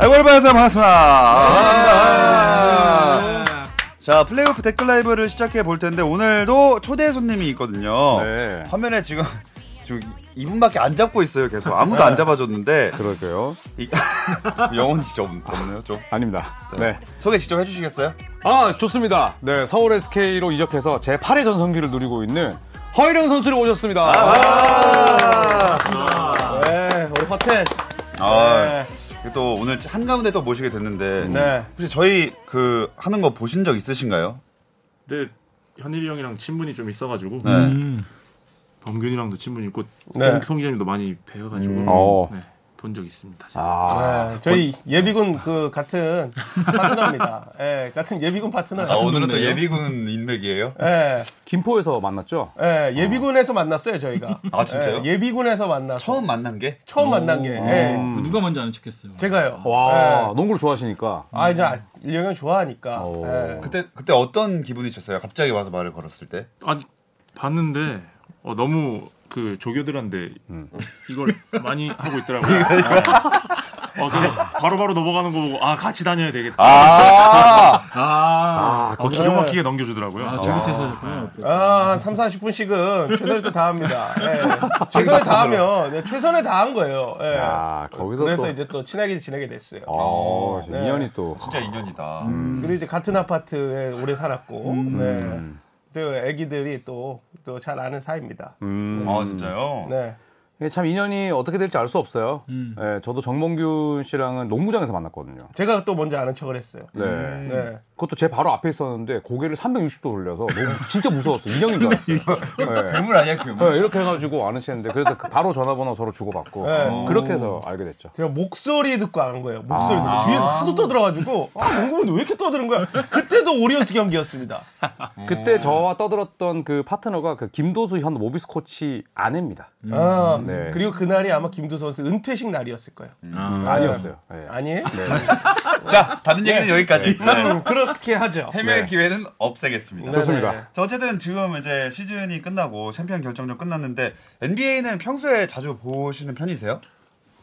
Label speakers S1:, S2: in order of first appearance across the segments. S1: 알고리바에서 반갑습니다. 아. 자 플레이오프 댓글 라이브를 시작해 볼 텐데 오늘도 초대 손님이 있거든요.
S2: 네.
S1: 화면에 지금 지금 이분밖에 안 잡고 있어요. 계속 아무도 안 잡아줬는데
S2: 그럴까요?
S1: 이- 영혼이 좀 없네요. 좀
S2: 아닙니다. 네.
S1: 소개 직접 해주시겠어요?
S2: 아, 좋습니다. 네, 서울 SK로 이적해서 제 8의 전성기를 누리고 있는 허일영 선수를 모셨습니다.
S1: 아.
S3: 네, 우리 허텐.
S1: 아, 또 오늘 한가운데 또 모시게 됐는데
S3: 네.
S1: 혹시 저희 그 하는 거 보신 적 있으신가요?
S4: 근데 현일이 형이랑 친분이 좀 있어가지고
S1: 네.
S4: 범균이랑도 친분이 있고
S3: 네.
S4: 송- 송기현이도 많이 배워가지고
S2: 어. 아.
S4: 네, 본 적 있습니다.
S3: 네, 저희 예비군 그 같은 파트너입니다. 예, 같은 예비군 파트너.
S1: 아, 오늘은 또
S4: 분이에요?
S1: 예비군 인맥이에요?
S3: 예,
S2: 김포에서 만났죠?
S3: 예, 예비군에서 만났어요 저희가.
S1: 아, 진짜요?
S3: 예, 비군에서 만나.
S1: 처음
S3: 처음
S1: 만난 게?
S3: 처음 만난 게. 예,
S5: 누가 먼저 아는 척했어요?
S3: 제가요.
S2: 와,
S1: 네.
S3: 예.
S2: 농구를 좋아하시니까.
S3: 아 이제 일영이 좋아하니까.
S2: 오.
S3: 예.
S1: 그때 그때 어떤 기분이셨어요? 갑자기 와서 말을 걸었을 때?
S4: 아니 봤는데 어, 너무 그 조교들한테 이걸 많이 하고 있더라고요. 어, 그래서 바로바로 넘어가는 거 보고 아 같이 다녀야 되겠다.
S1: 아,
S5: 아,
S2: 아,
S4: 어, 기가 막히게 넘겨주더라고요.
S5: 아 저기 태서였군요.
S3: 아, 한 3, 40분씩은 최선을 또 다합니다. 예. 최선을 다하면 네, 최선을 다한 거예요. 예.
S2: 야, 아, 거기서
S3: 그래서
S2: 또.
S3: 이제 또 친하게 지내게 됐어요.
S2: 아, 지금
S3: 네.
S2: 인연이 또.
S1: 진짜 인연이다.
S3: 그리고 이제 같은 아파트에 오래 살았고, 네. 그 애기들이 또, 또 잘 아는 사이입니다.
S2: 음.
S1: 아 진짜요?
S3: 네.
S2: 이게 예, 참 인연이 어떻게 될지 알 수 없어요.
S1: 음.
S2: 예, 저도 정몽균 씨랑은 농구장에서 만났거든요.
S3: 제가 또 먼저 아는 척을 했어요.
S2: 네.
S3: 네.
S2: 그것도 제 바로 앞에 있었는데 고개를 360도 돌려서 너무 진짜 무서웠어요. 인형인 줄 알았어요. 예.
S1: 괴물 아니야 괴물?
S2: 네, 이렇게 해가지고 아는 씨는데 그래서 그 바로 전화번호 서로 주고받고 음.
S3: 네.
S2: 그렇게 해서 알게 됐죠.
S3: 제가 목소리 듣고 아는 거예요. 목소리 듣고. 뒤에서 하도 떠들어가지고, 아, 농구는 왜 이렇게 떠드는 거야? 그때도 오리온스 경기였습니다.
S1: 네.
S2: 그때 저와 떠들었던 그 파트너가 그 김도수 현 모비스 코치 아내입니다.
S1: 음.
S3: 아,
S2: 네.
S3: 그리고 그날이 아마 김두 선수 은퇴식 날이었을 거예요.
S2: 아니었어요. 예.
S3: 아니에요?
S1: 자 다른 얘기는 여기까지. 네.
S3: 음, 그렇게 하죠.
S1: 해명의
S2: 네.
S1: 기회는 없애겠습니다.
S2: 좋습니다.
S3: 네.
S1: 자, 어쨌든 지금 이제 시즌이 끝나고 챔피언 결정전 끝났는데 NBA는 평소에 자주 보시는 편이세요?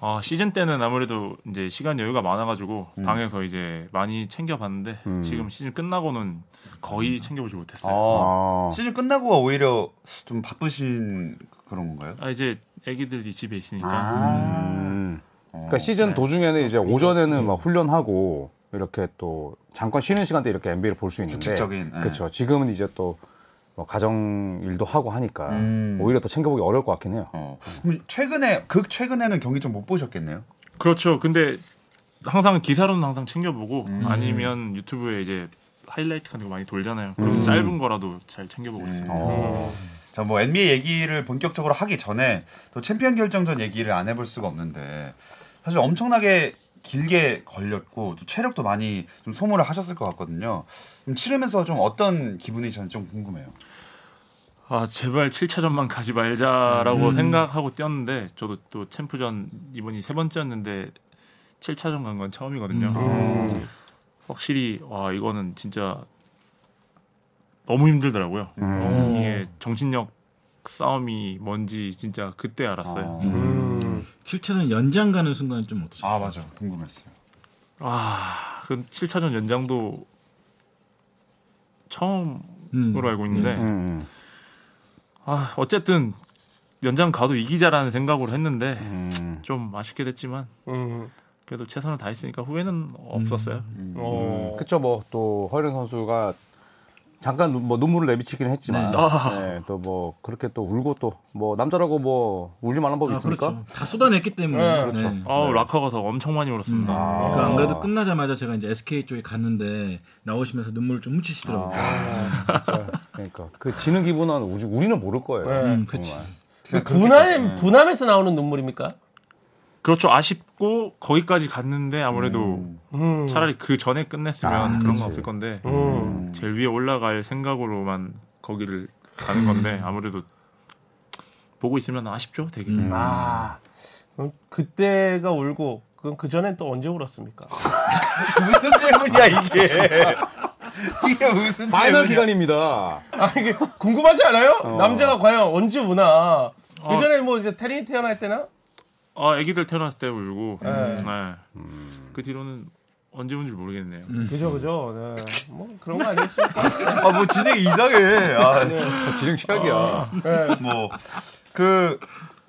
S4: 아, 시즌 때는 아무래도 이제 시간 여유가 많아가지고 방에서 이제 많이 챙겨봤는데 지금 시즌 끝나고는 거의 챙겨보지 못했어요.
S2: 아.
S1: 시즌 끝나고가 오히려 좀 바쁘신 그런 건가요?
S4: 아 이제 애기들이 집에 있으니까
S1: 아,
S2: 음. 그러니까 시즌
S3: 네.
S2: 도중에는 이제
S1: 그렇죠. 음.
S2: 오전에는 막 훈련하고 이렇게 또 잠깐 쉬는 시간 때 이렇게 NBA를 볼 수 있는데
S1: 규칙적인, 예.
S2: 그렇죠. 지금은 이제 또뭐 가정 일도 하고 하니까
S1: 음.
S2: 오히려 또 챙겨보기 어려울 것 같긴 해요.
S1: 어. 그럼 최근에 극 최근에는 경기 좀 못 보셨겠네요.
S4: 그렇죠. 근데 항상 기사로는 항상 챙겨보고 아니면 유튜브에 이제 하이라이트 같은 거 많이 돌잖아요. 그럼 짧은 거라도 잘 챙겨보고 있습니다.
S1: 네. 자, 뭐 NBA 얘기를 본격적으로 하기 전에 또 챔피언 결정전 얘기를 안 해볼 수가 없는데 사실 엄청나게 길게 걸렸고 또 체력도 많이 좀 소모를 하셨을 것 같거든요. 좀 치르면서 좀 어떤 기분이셨는지 좀 궁금해요.
S4: 아 제발 7차전만 가지 말자라고 생각하고 뛰었는데 저도 또 챔프전 이번이 세 번째였는데 7차전 간 건 처음이거든요. 아, 확실히 와 이거는 진짜 너무 힘들더라고요. 어, 이게 정신력 싸움이 뭔지 진짜 그때 알았어요.
S3: 음.
S1: 아,
S5: 칠차전 연장 가는 순간 좀 어떠셨어요?
S1: 아, 맞아. 궁금했어요.
S4: 아, 그 7차전 연장도 처음으로
S5: 음.
S4: 알고 있는데
S2: 음, 음.
S4: 아 어쨌든 연장 가도 이기자라는 생각으로 했는데
S2: 음.
S4: 좀 아쉽게 됐지만
S3: 음.
S4: 그래도 최선을 다했으니까 후회는 없었어요.
S3: 어.
S2: 그쵸 뭐 또 허일은 선수가 잠깐 눈- 뭐 눈물을 내비치긴 했지만
S5: 네.
S2: 또 뭐 그렇게 또 울고 또 뭐 남자라고 뭐 울지 말란 법
S5: 아,
S2: 있습니까?
S5: 그렇죠. 다 쏟아냈기 때문에.
S3: 네,
S5: 그렇죠.
S4: 아우 락커 가서 엄청 많이 울었습니다.
S5: 그러니까 안 그래도 끝나자마자 제가 이제 SK 쪽에 갔는데 나오시면서 눈물을 좀 훔치시더라고요.
S2: 아, 진짜. 그러니까 그 지는 기분은 우리, 우리는 모를 거예요.
S3: 네.
S5: 음, 그치.
S3: 분함, 분함에서 나오는 눈물입니까?
S4: 그렇죠. 아쉽고 거기까지 갔는데 아무래도
S3: 음.
S4: 차라리 그 전에 끝냈으면
S2: 아,
S4: 그런
S2: 그치.
S4: 거 없을 건데
S3: 음.
S4: 제일 위에 올라갈 생각으로만 거기를 가는 건데 아무래도 보고 있으면 아쉽죠, 되게.
S3: 아, 그럼 그때가 울고, 그럼 그 전엔 또 언제 울었습니까?
S1: 무슨 질문이야, 이게. 이게 무슨
S3: 네.
S1: 질문이야.
S2: 파이널 기간입니다.
S3: 아, 이게 어. 궁금하지 않아요? 남자가 과연 언제 우나? 그 전에 뭐 이제 테린이 태어날 때나?
S4: 아, 아기들 태어났을 때 울고.
S3: 네.
S4: 네. 그 뒤로는 언제 운줄 모르겠네요.
S3: 그죠 그죠. 네. 뭐 그런 거 아니겠습니까?
S1: 아 뭐 진행 이상해. 아,
S2: 저 지능 최악이야.
S3: 네.
S1: 뭐, 뭐그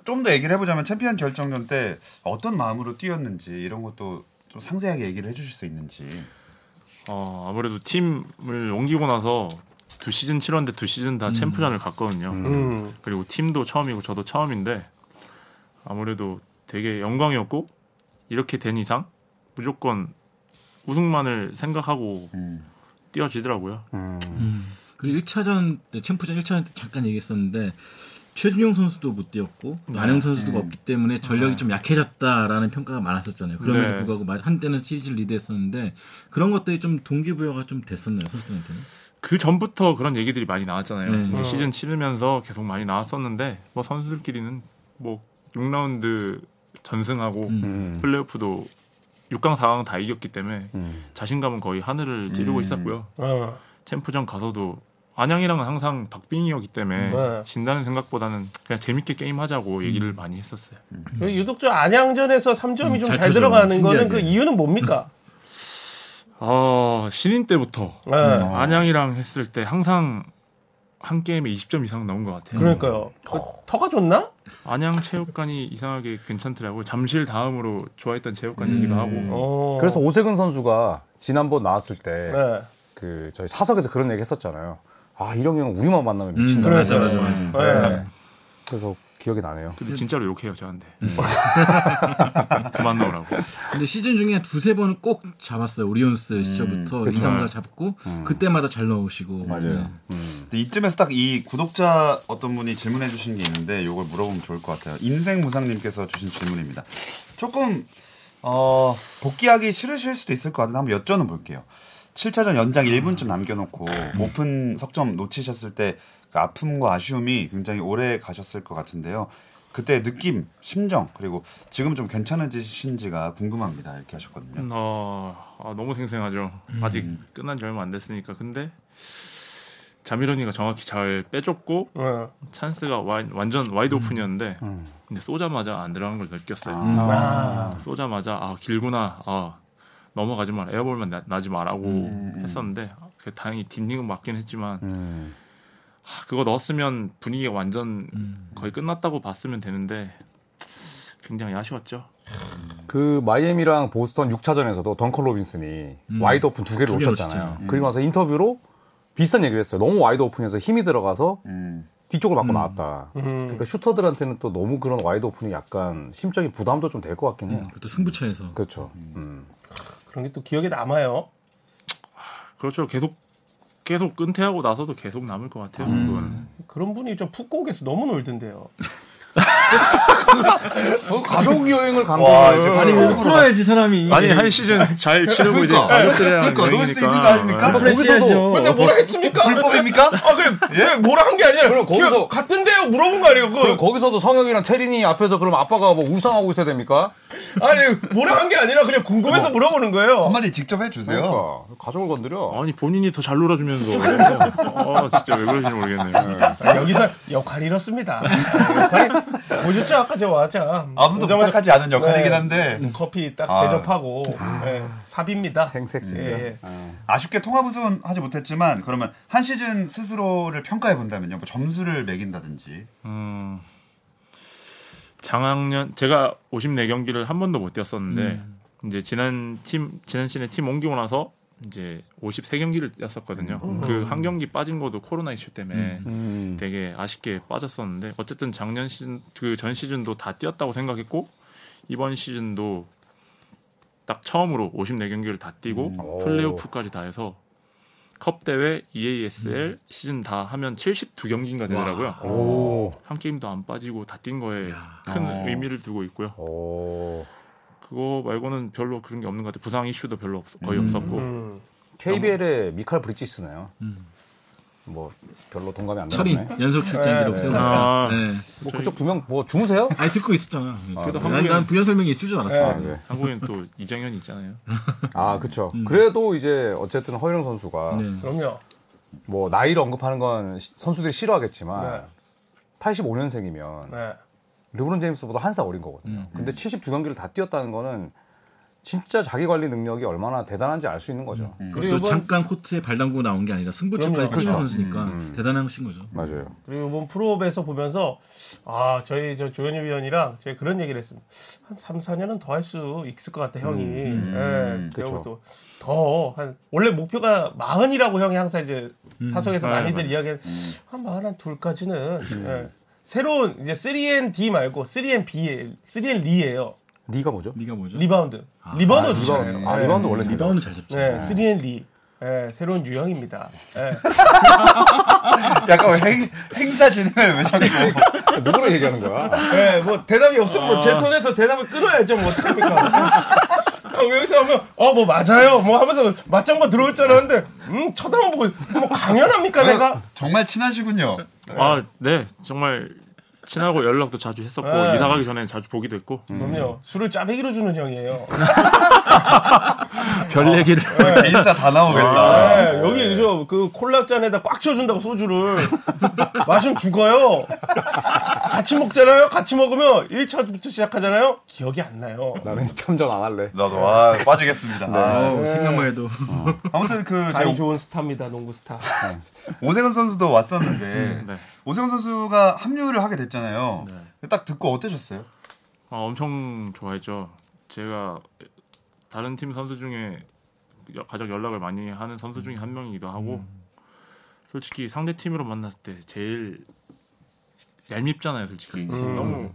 S1: 좀 더 얘기를 해보자면 챔피언 결정전 때 어떤 마음으로 뛰었는지 이런 것도 좀 상세하게 얘기를 해주실 수 있는지.
S4: 어, 아무래도 팀을 옮기고 나서 두 시즌 치렀는데 두 시즌 다 챔프전을 갔거든요.
S3: 음.
S4: 그리고 팀도 처음이고 저도 처음인데 아무래도 되게 영광이었고 이렇게 된 이상 무조건 우승만을 생각하고
S1: 음.
S4: 뛰어지더라고요.
S2: 음.
S5: 그리고 1차전 때 챔프전 1차전 때 잠깐 얘기했었는데 최준용 선수도 못 뛰었고 안영 선수도 없기 때문에 전력이 좀 약해졌다라는 평가가 많았었잖아요. 그럼에도
S4: 네.
S5: 불구하고 마- 한때는 시리즈를 리드했었는데 그런 것들이 좀 동기부여가 좀 됐었나요 선수들한테는?
S4: 그 전부터 그런 얘기들이 많이 나왔잖아요.
S5: 네.
S4: 근데
S3: 어.
S4: 시즌 치르면서 계속 많이 나왔었는데 뭐 선수들끼리는 뭐 6라운드 전승하고
S3: 음.
S4: 플레이오프도 6강 4강 다 이겼기 때문에
S3: 음.
S4: 자신감은 거의 하늘을 찌르고
S1: 음.
S4: 있었고요.
S3: 어.
S4: 챔프전 가서도 안양이랑은 항상 박빙이었기 때문에
S3: 네.
S4: 진다는 생각보다는 그냥 재밌게 게임하자고 얘기를 많이 했었어요.
S3: 그 유독 저 안양전에서 3점이 좀
S5: 잘
S3: 음, 잘
S5: 쳐줘.
S3: 들어가는 거는
S5: 신기하게.
S3: 그 이유는 뭡니까?
S4: 어, 신인 때부터
S3: 네.
S4: 안양이랑 했을 때 항상 한 게임에 20점 이상 넣은 것 같아요.
S3: 그러니까요. 그 터가 좋나?
S4: 안양 체육관이 이상하게 괜찮더라고요. 잠실 다음으로 좋아했던 체육관이기도 하고.
S3: 어.
S2: 그래서 오세근 선수가 지난번 나왔을 때 그
S3: 네.
S2: 저희 사석에서 그런 얘기 했었잖아요. 아 이런 경우 우리만 만나면 미친다.
S3: 그래. 맞아, 맞아.
S5: 음.
S3: 네.
S2: 그래서 기억이 나네요.
S4: 근데 진짜로 욕해요 저한테. 그만 넣으라고.
S5: 근데 시즌 중에 한 두세 번은 꼭 잡았어요. 오리온스 시절부터 인상을 잡고 그때마다 잘 넣으시고 네.
S1: 근데 이쯤에서 딱 이 구독자 어떤 분이 질문해 주신 게 있는데 이걸 물어보면 좋을 것 같아요. 인생 무상님께서 주신 질문입니다. 조금 어, 복귀하기 싫으실 수도 있을 것 같은데 한번 여쭤는 볼게요. 7차전 연장 1분쯤 남겨놓고 높은 석점 놓치셨을 때그 아픔과 아쉬움이 굉장히 오래 가셨을 것 같은데요. 그때 느낌, 심정 그리고 지금 좀 괜찮으신지가 궁금합니다. 이렇게 하셨거든요.
S4: 어, 아, 너무 생생하죠. 아직 끝난 지 얼마 안 됐으니까. 근데 자미론이가 정확히 잘 빼줬고
S3: 네.
S4: 찬스가 와- 완전 와이드 오픈이었는데 근데 쏘자마자 안 들어간 걸 느꼈어요.
S3: 아.
S4: 쏘자마자 아 길구나. 아 넘어가지 마라. 에어볼만 나, 나지 마라고
S1: 음.
S4: 했었는데 아, 그게 다행히 딥닝은 맞긴 했지만
S2: 음.
S4: 아, 그거 넣었으면 분위기가 완전
S1: 음.
S4: 거의 끝났다고 봤으면 되는데 굉장히 아쉬웠죠.
S2: 그 마이애미랑 보스턴 6차전에서도 덩컨 로빈슨이 와이드 오픈 음. 두 개를 음.
S5: 두 개를
S2: 놓쳤잖아요.
S5: 놓쳤죠.
S2: 그리고 나서 인터뷰로 비슷한 얘기를 했어요. 너무 와이드 오픈해서 힘이 들어가서
S1: 음.
S2: 뒤쪽을 맞고 나왔다.
S3: 음.
S2: 그러니까 슈터들한테는 또 너무 그런 와이드 오픈이 약간 심적인 부담도 좀 될 것 같긴 해요.
S5: 네. 그것도 승부처에서
S2: 그렇죠. 음.
S3: 그런 게 또 기억에 남아요.
S4: 그렇죠. 계속 계속 은퇴하고 나서도 계속 남을 것 같아요.
S1: 음.
S4: 그건.
S3: 그런 분이 좀 푹 고개서 너무 놀던데요.
S2: 그 가족 여행을 간
S1: 와,
S2: 거예요.
S1: 이제 아니,
S5: 아니 꼭 풀어야지 사람이
S4: 아니 한 시즌 잘 치르고
S1: 그러니까.
S4: 이제 가족들이랑
S1: 그러니까 넣을 수 있는 거
S4: 여행이니까.
S1: 아닙니까?
S4: 네.
S2: 거기서도
S3: 맨날 뭐라 했습니까?
S1: 어, 그 불법입니까?
S3: 아 그래 왜 뭐라 한 게 아니라
S2: 그럼
S3: 기억-
S2: 거기서-
S3: 같은데요 물어본 거 아니에요?
S2: 그럼
S3: 그
S2: 거기서도 성혁이랑 태린이 앞에서 그럼 아빠가 뭐 우상하고 있어야 됩니까?
S3: 아니 뭐라 한 게 아니라 그냥 궁금해서 물어보는 거예요.
S1: 한마디 직접 해주세요.
S2: 그러니까 가족을 건드려.
S4: 아니 본인이 더 잘 놀아주면서 아 진짜 왜 그러시는지 모르겠네요.
S3: 아, 여기서 역할이 이렇습니다. 아, 역할이 보셨죠 아까 저 와자
S1: 아무도
S3: 오자마자-
S1: 부탁하지 않은 역할이긴 한데
S3: 음, 커피 딱
S1: 아.
S3: 대접하고 예, 삽입니다.
S2: 생색이죠.
S3: 예, 예.
S1: 아쉽게 통합 우승은 하지 못했지만 그러면 한 시즌 스스로를 평가해 본다면요. 뭐 점수를 매긴다든지.
S4: 음, 작년 제가 54경기를 한 번도 못 뛰었었는데
S2: 음.
S4: 이제 지난 팀 지난 시즌에 팀 옮기고 나서 이제 53경기를 뛰었었거든요. 그 한 경기 빠진 것도 코로나 이슈 때문에
S2: 음.
S4: 되게 아쉽게 빠졌었는데 어쨌든 작년 시즌 그 전 시즌도 다 뛰었다고 생각했고 이번 시즌도 딱 처음으로 54경기를 다 뛰고
S2: 음. 오.
S4: 플레이오프까지 다 해서 컵 대회
S2: 음.
S4: EASL 시즌 다 하면 72경기인가 되더라고요.
S2: 오.
S4: 한 게임도 안 빠지고 다 뛴 거에
S5: 야.
S4: 큰
S1: 어.
S4: 의미를 두고 있고요.
S2: 오.
S4: 그거 말고는 별로 그런 게 없는 것 같아요. 부상 이슈도 별로 없, 거의 없었고
S3: 음.
S2: KBL에 미칼 브릿지스네요. 뭐 별로 동감이 안
S5: 철인
S2: 아, 나네.
S5: 연속 출장 기록 세우고
S4: 아.
S5: 네.
S2: 뭐 그쪽 두 명 뭐 주무세요?
S5: 아니 듣고 있었잖아.
S4: 그래도
S5: 난, 난
S4: 한국에는-
S5: 부연 설명이 있을 줄 알았어.
S2: 아, 네.
S4: 한국엔 또 이정현이 있잖아요.
S2: 아 그렇죠. 그래도 이제 어쨌든 허일영 선수가
S5: 음. 네.
S3: 그럼요.
S2: 뭐 나이를 언급하는 건 시- 선수들이 싫어하겠지만
S3: 네.
S2: 85년생이면
S3: 네.
S2: 르브론 제임스보다 한 살 어린 거거든요.
S5: 음. 네.
S2: 근데 70 주경기를 다 뛰었다는 거는 진짜 자기 관리 능력이 얼마나 대단한지 알 수 있는 거죠.
S5: 음. 그리고 또 잠깐 코트에 발 담그고 나온 게 아니라 승부처까지
S3: 그럼요.
S5: 뛰는 선수니까 대단하신 거죠.
S2: 맞아요.
S3: 그리고 이번 프로업에서 보면서 아 저희 저 조현희 위원이랑 제가 그런 얘기를 했습니다. 한 3, 4년은 더 할 수 있을 것 같아 형이. 예.
S2: 음, 그쵸.
S3: 그리고 또더한 원래 목표가 마흔이라고 형이 항상 이제
S2: 음,
S3: 사석에서
S4: 아,
S3: 많이들
S4: 맞아.
S3: 이야기한 한 마흔 한 둘까지는
S2: 음.
S3: 예. 새로운 이제 3&D 말고 3&B, 3&리예요.
S2: 네가 뭐죠?
S5: 네가 뭐죠?
S3: 리바운드. 리바운드
S2: 아,
S3: 좋잖아요.
S2: 리바운드. 아, 리바운드 원래 잘
S5: 리바운드 잘 잡죠.
S3: 네, 3&리. 예, 새로운 유형입니다. 예.
S1: 약간 왜 행, 행사 진행을 왜 자꾸
S2: 누구를 얘기하는 거야?
S3: 예, 뭐 대답이 없으면 뭐 제 손에서 대답을 끊어야죠. 뭐 어떡합니까? 아, 여기서 하면 어 뭐 맞아요 뭐 하면서 맞장구 들어올 줄 알았는데 음 쳐다만 보고 뭐 강연합니까 내가
S1: 정말 친하시군요.
S4: 아, 네. 정말 친하고 연락도 자주 했었고
S3: 네.
S4: 이사 가기 전에 자주 보기도 했고
S3: 그럼요 술을 짜배기로 주는 형이에요
S4: 별 얘기를
S1: 네, 인사 다 나오겠다.
S3: 네, 여기 저 그 콜라잔에다 꽉 채워준다고 소주를 마시면 죽어요 같이 먹잖아요 같이 먹으면 1차부터 시작하잖아요 기억이 안 나요
S2: 나는 참전 안 할래.
S1: 나도 아, 빠지겠습니다. 아,
S5: 어우, 생각만 해도
S1: 아무튼 그
S3: 이
S1: 저희
S3: 좋은 스타입니다 농구 스타
S1: 오세근 선수도 왔었는데
S4: 네.
S1: 오세근 선수가 합류를 하게 됐잖아요. 딱 듣고 어떠셨어요?
S4: 아, 엄청 좋아했죠. 제가 다른 팀 선수 중에 여- 가장 연락을 많이 하는 선수 중에 한 명이기도 하고 솔직히 상대 팀으로 만났을 때 제일 얄밉잖아요, 솔직히.
S3: 음.
S4: 너무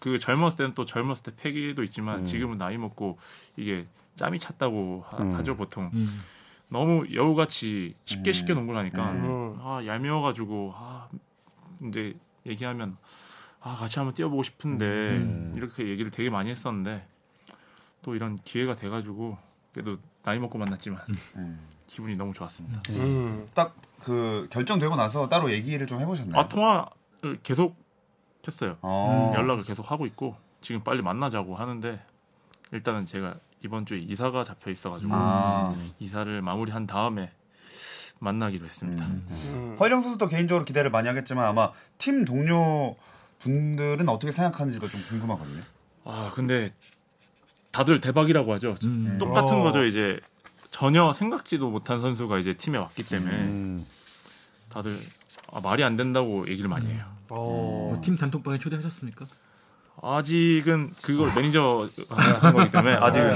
S4: 그 젊었을 때는 또 젊었을 때 패기도 있지만 지금은 나이 먹고 이게 짬이 찼다고 하, 죠 보통.
S5: 음.
S4: 너무 여우같이 쉽게 쉽게 농구를 하니까
S3: 음.
S4: 아 얄미워가지고 아 이제 얘기하면 아 같이 한번 뛰어보고 싶은데 이렇게 얘기를 되게 많이 했었는데 또 이런 기회가 돼가지고 그래도 나이 먹고 만났지만 기분이 너무 좋았습니다.
S3: 음.
S1: 딱 그 결정되고 나서 따로 얘기를 좀 해보셨나요?
S4: 아 통화를 계속 했어요.
S1: 어.
S4: 연락을 계속 하고 있고 지금 빨리 만나자고 하는데 일단은 제가 이번 주에 이사가 잡혀 있어가지고
S1: 아.
S4: 이사를 마무리한 다음에 만나기로 했습니다.
S3: 음.
S1: 허일영 선수도 개인적으로 기대를 많이 하겠지만 아마 팀 동료 분들은 어떻게 생각하는지도 좀 궁금하거든요.
S4: 아 근데 다들 대박이라고 하죠.
S5: 음.
S4: 똑같은
S3: 어.
S4: 거죠. 이제 전혀 생각지도 못한 선수가 이제 팀에 왔기 때문에
S2: 음.
S4: 다들 아, 말이 안 된다고 얘기를 많이 해요.
S3: 어.
S5: 뭐팀 단톡방에 초대하셨습니까?
S4: 아직은 그걸 매니저 한 거기 때문에 아직은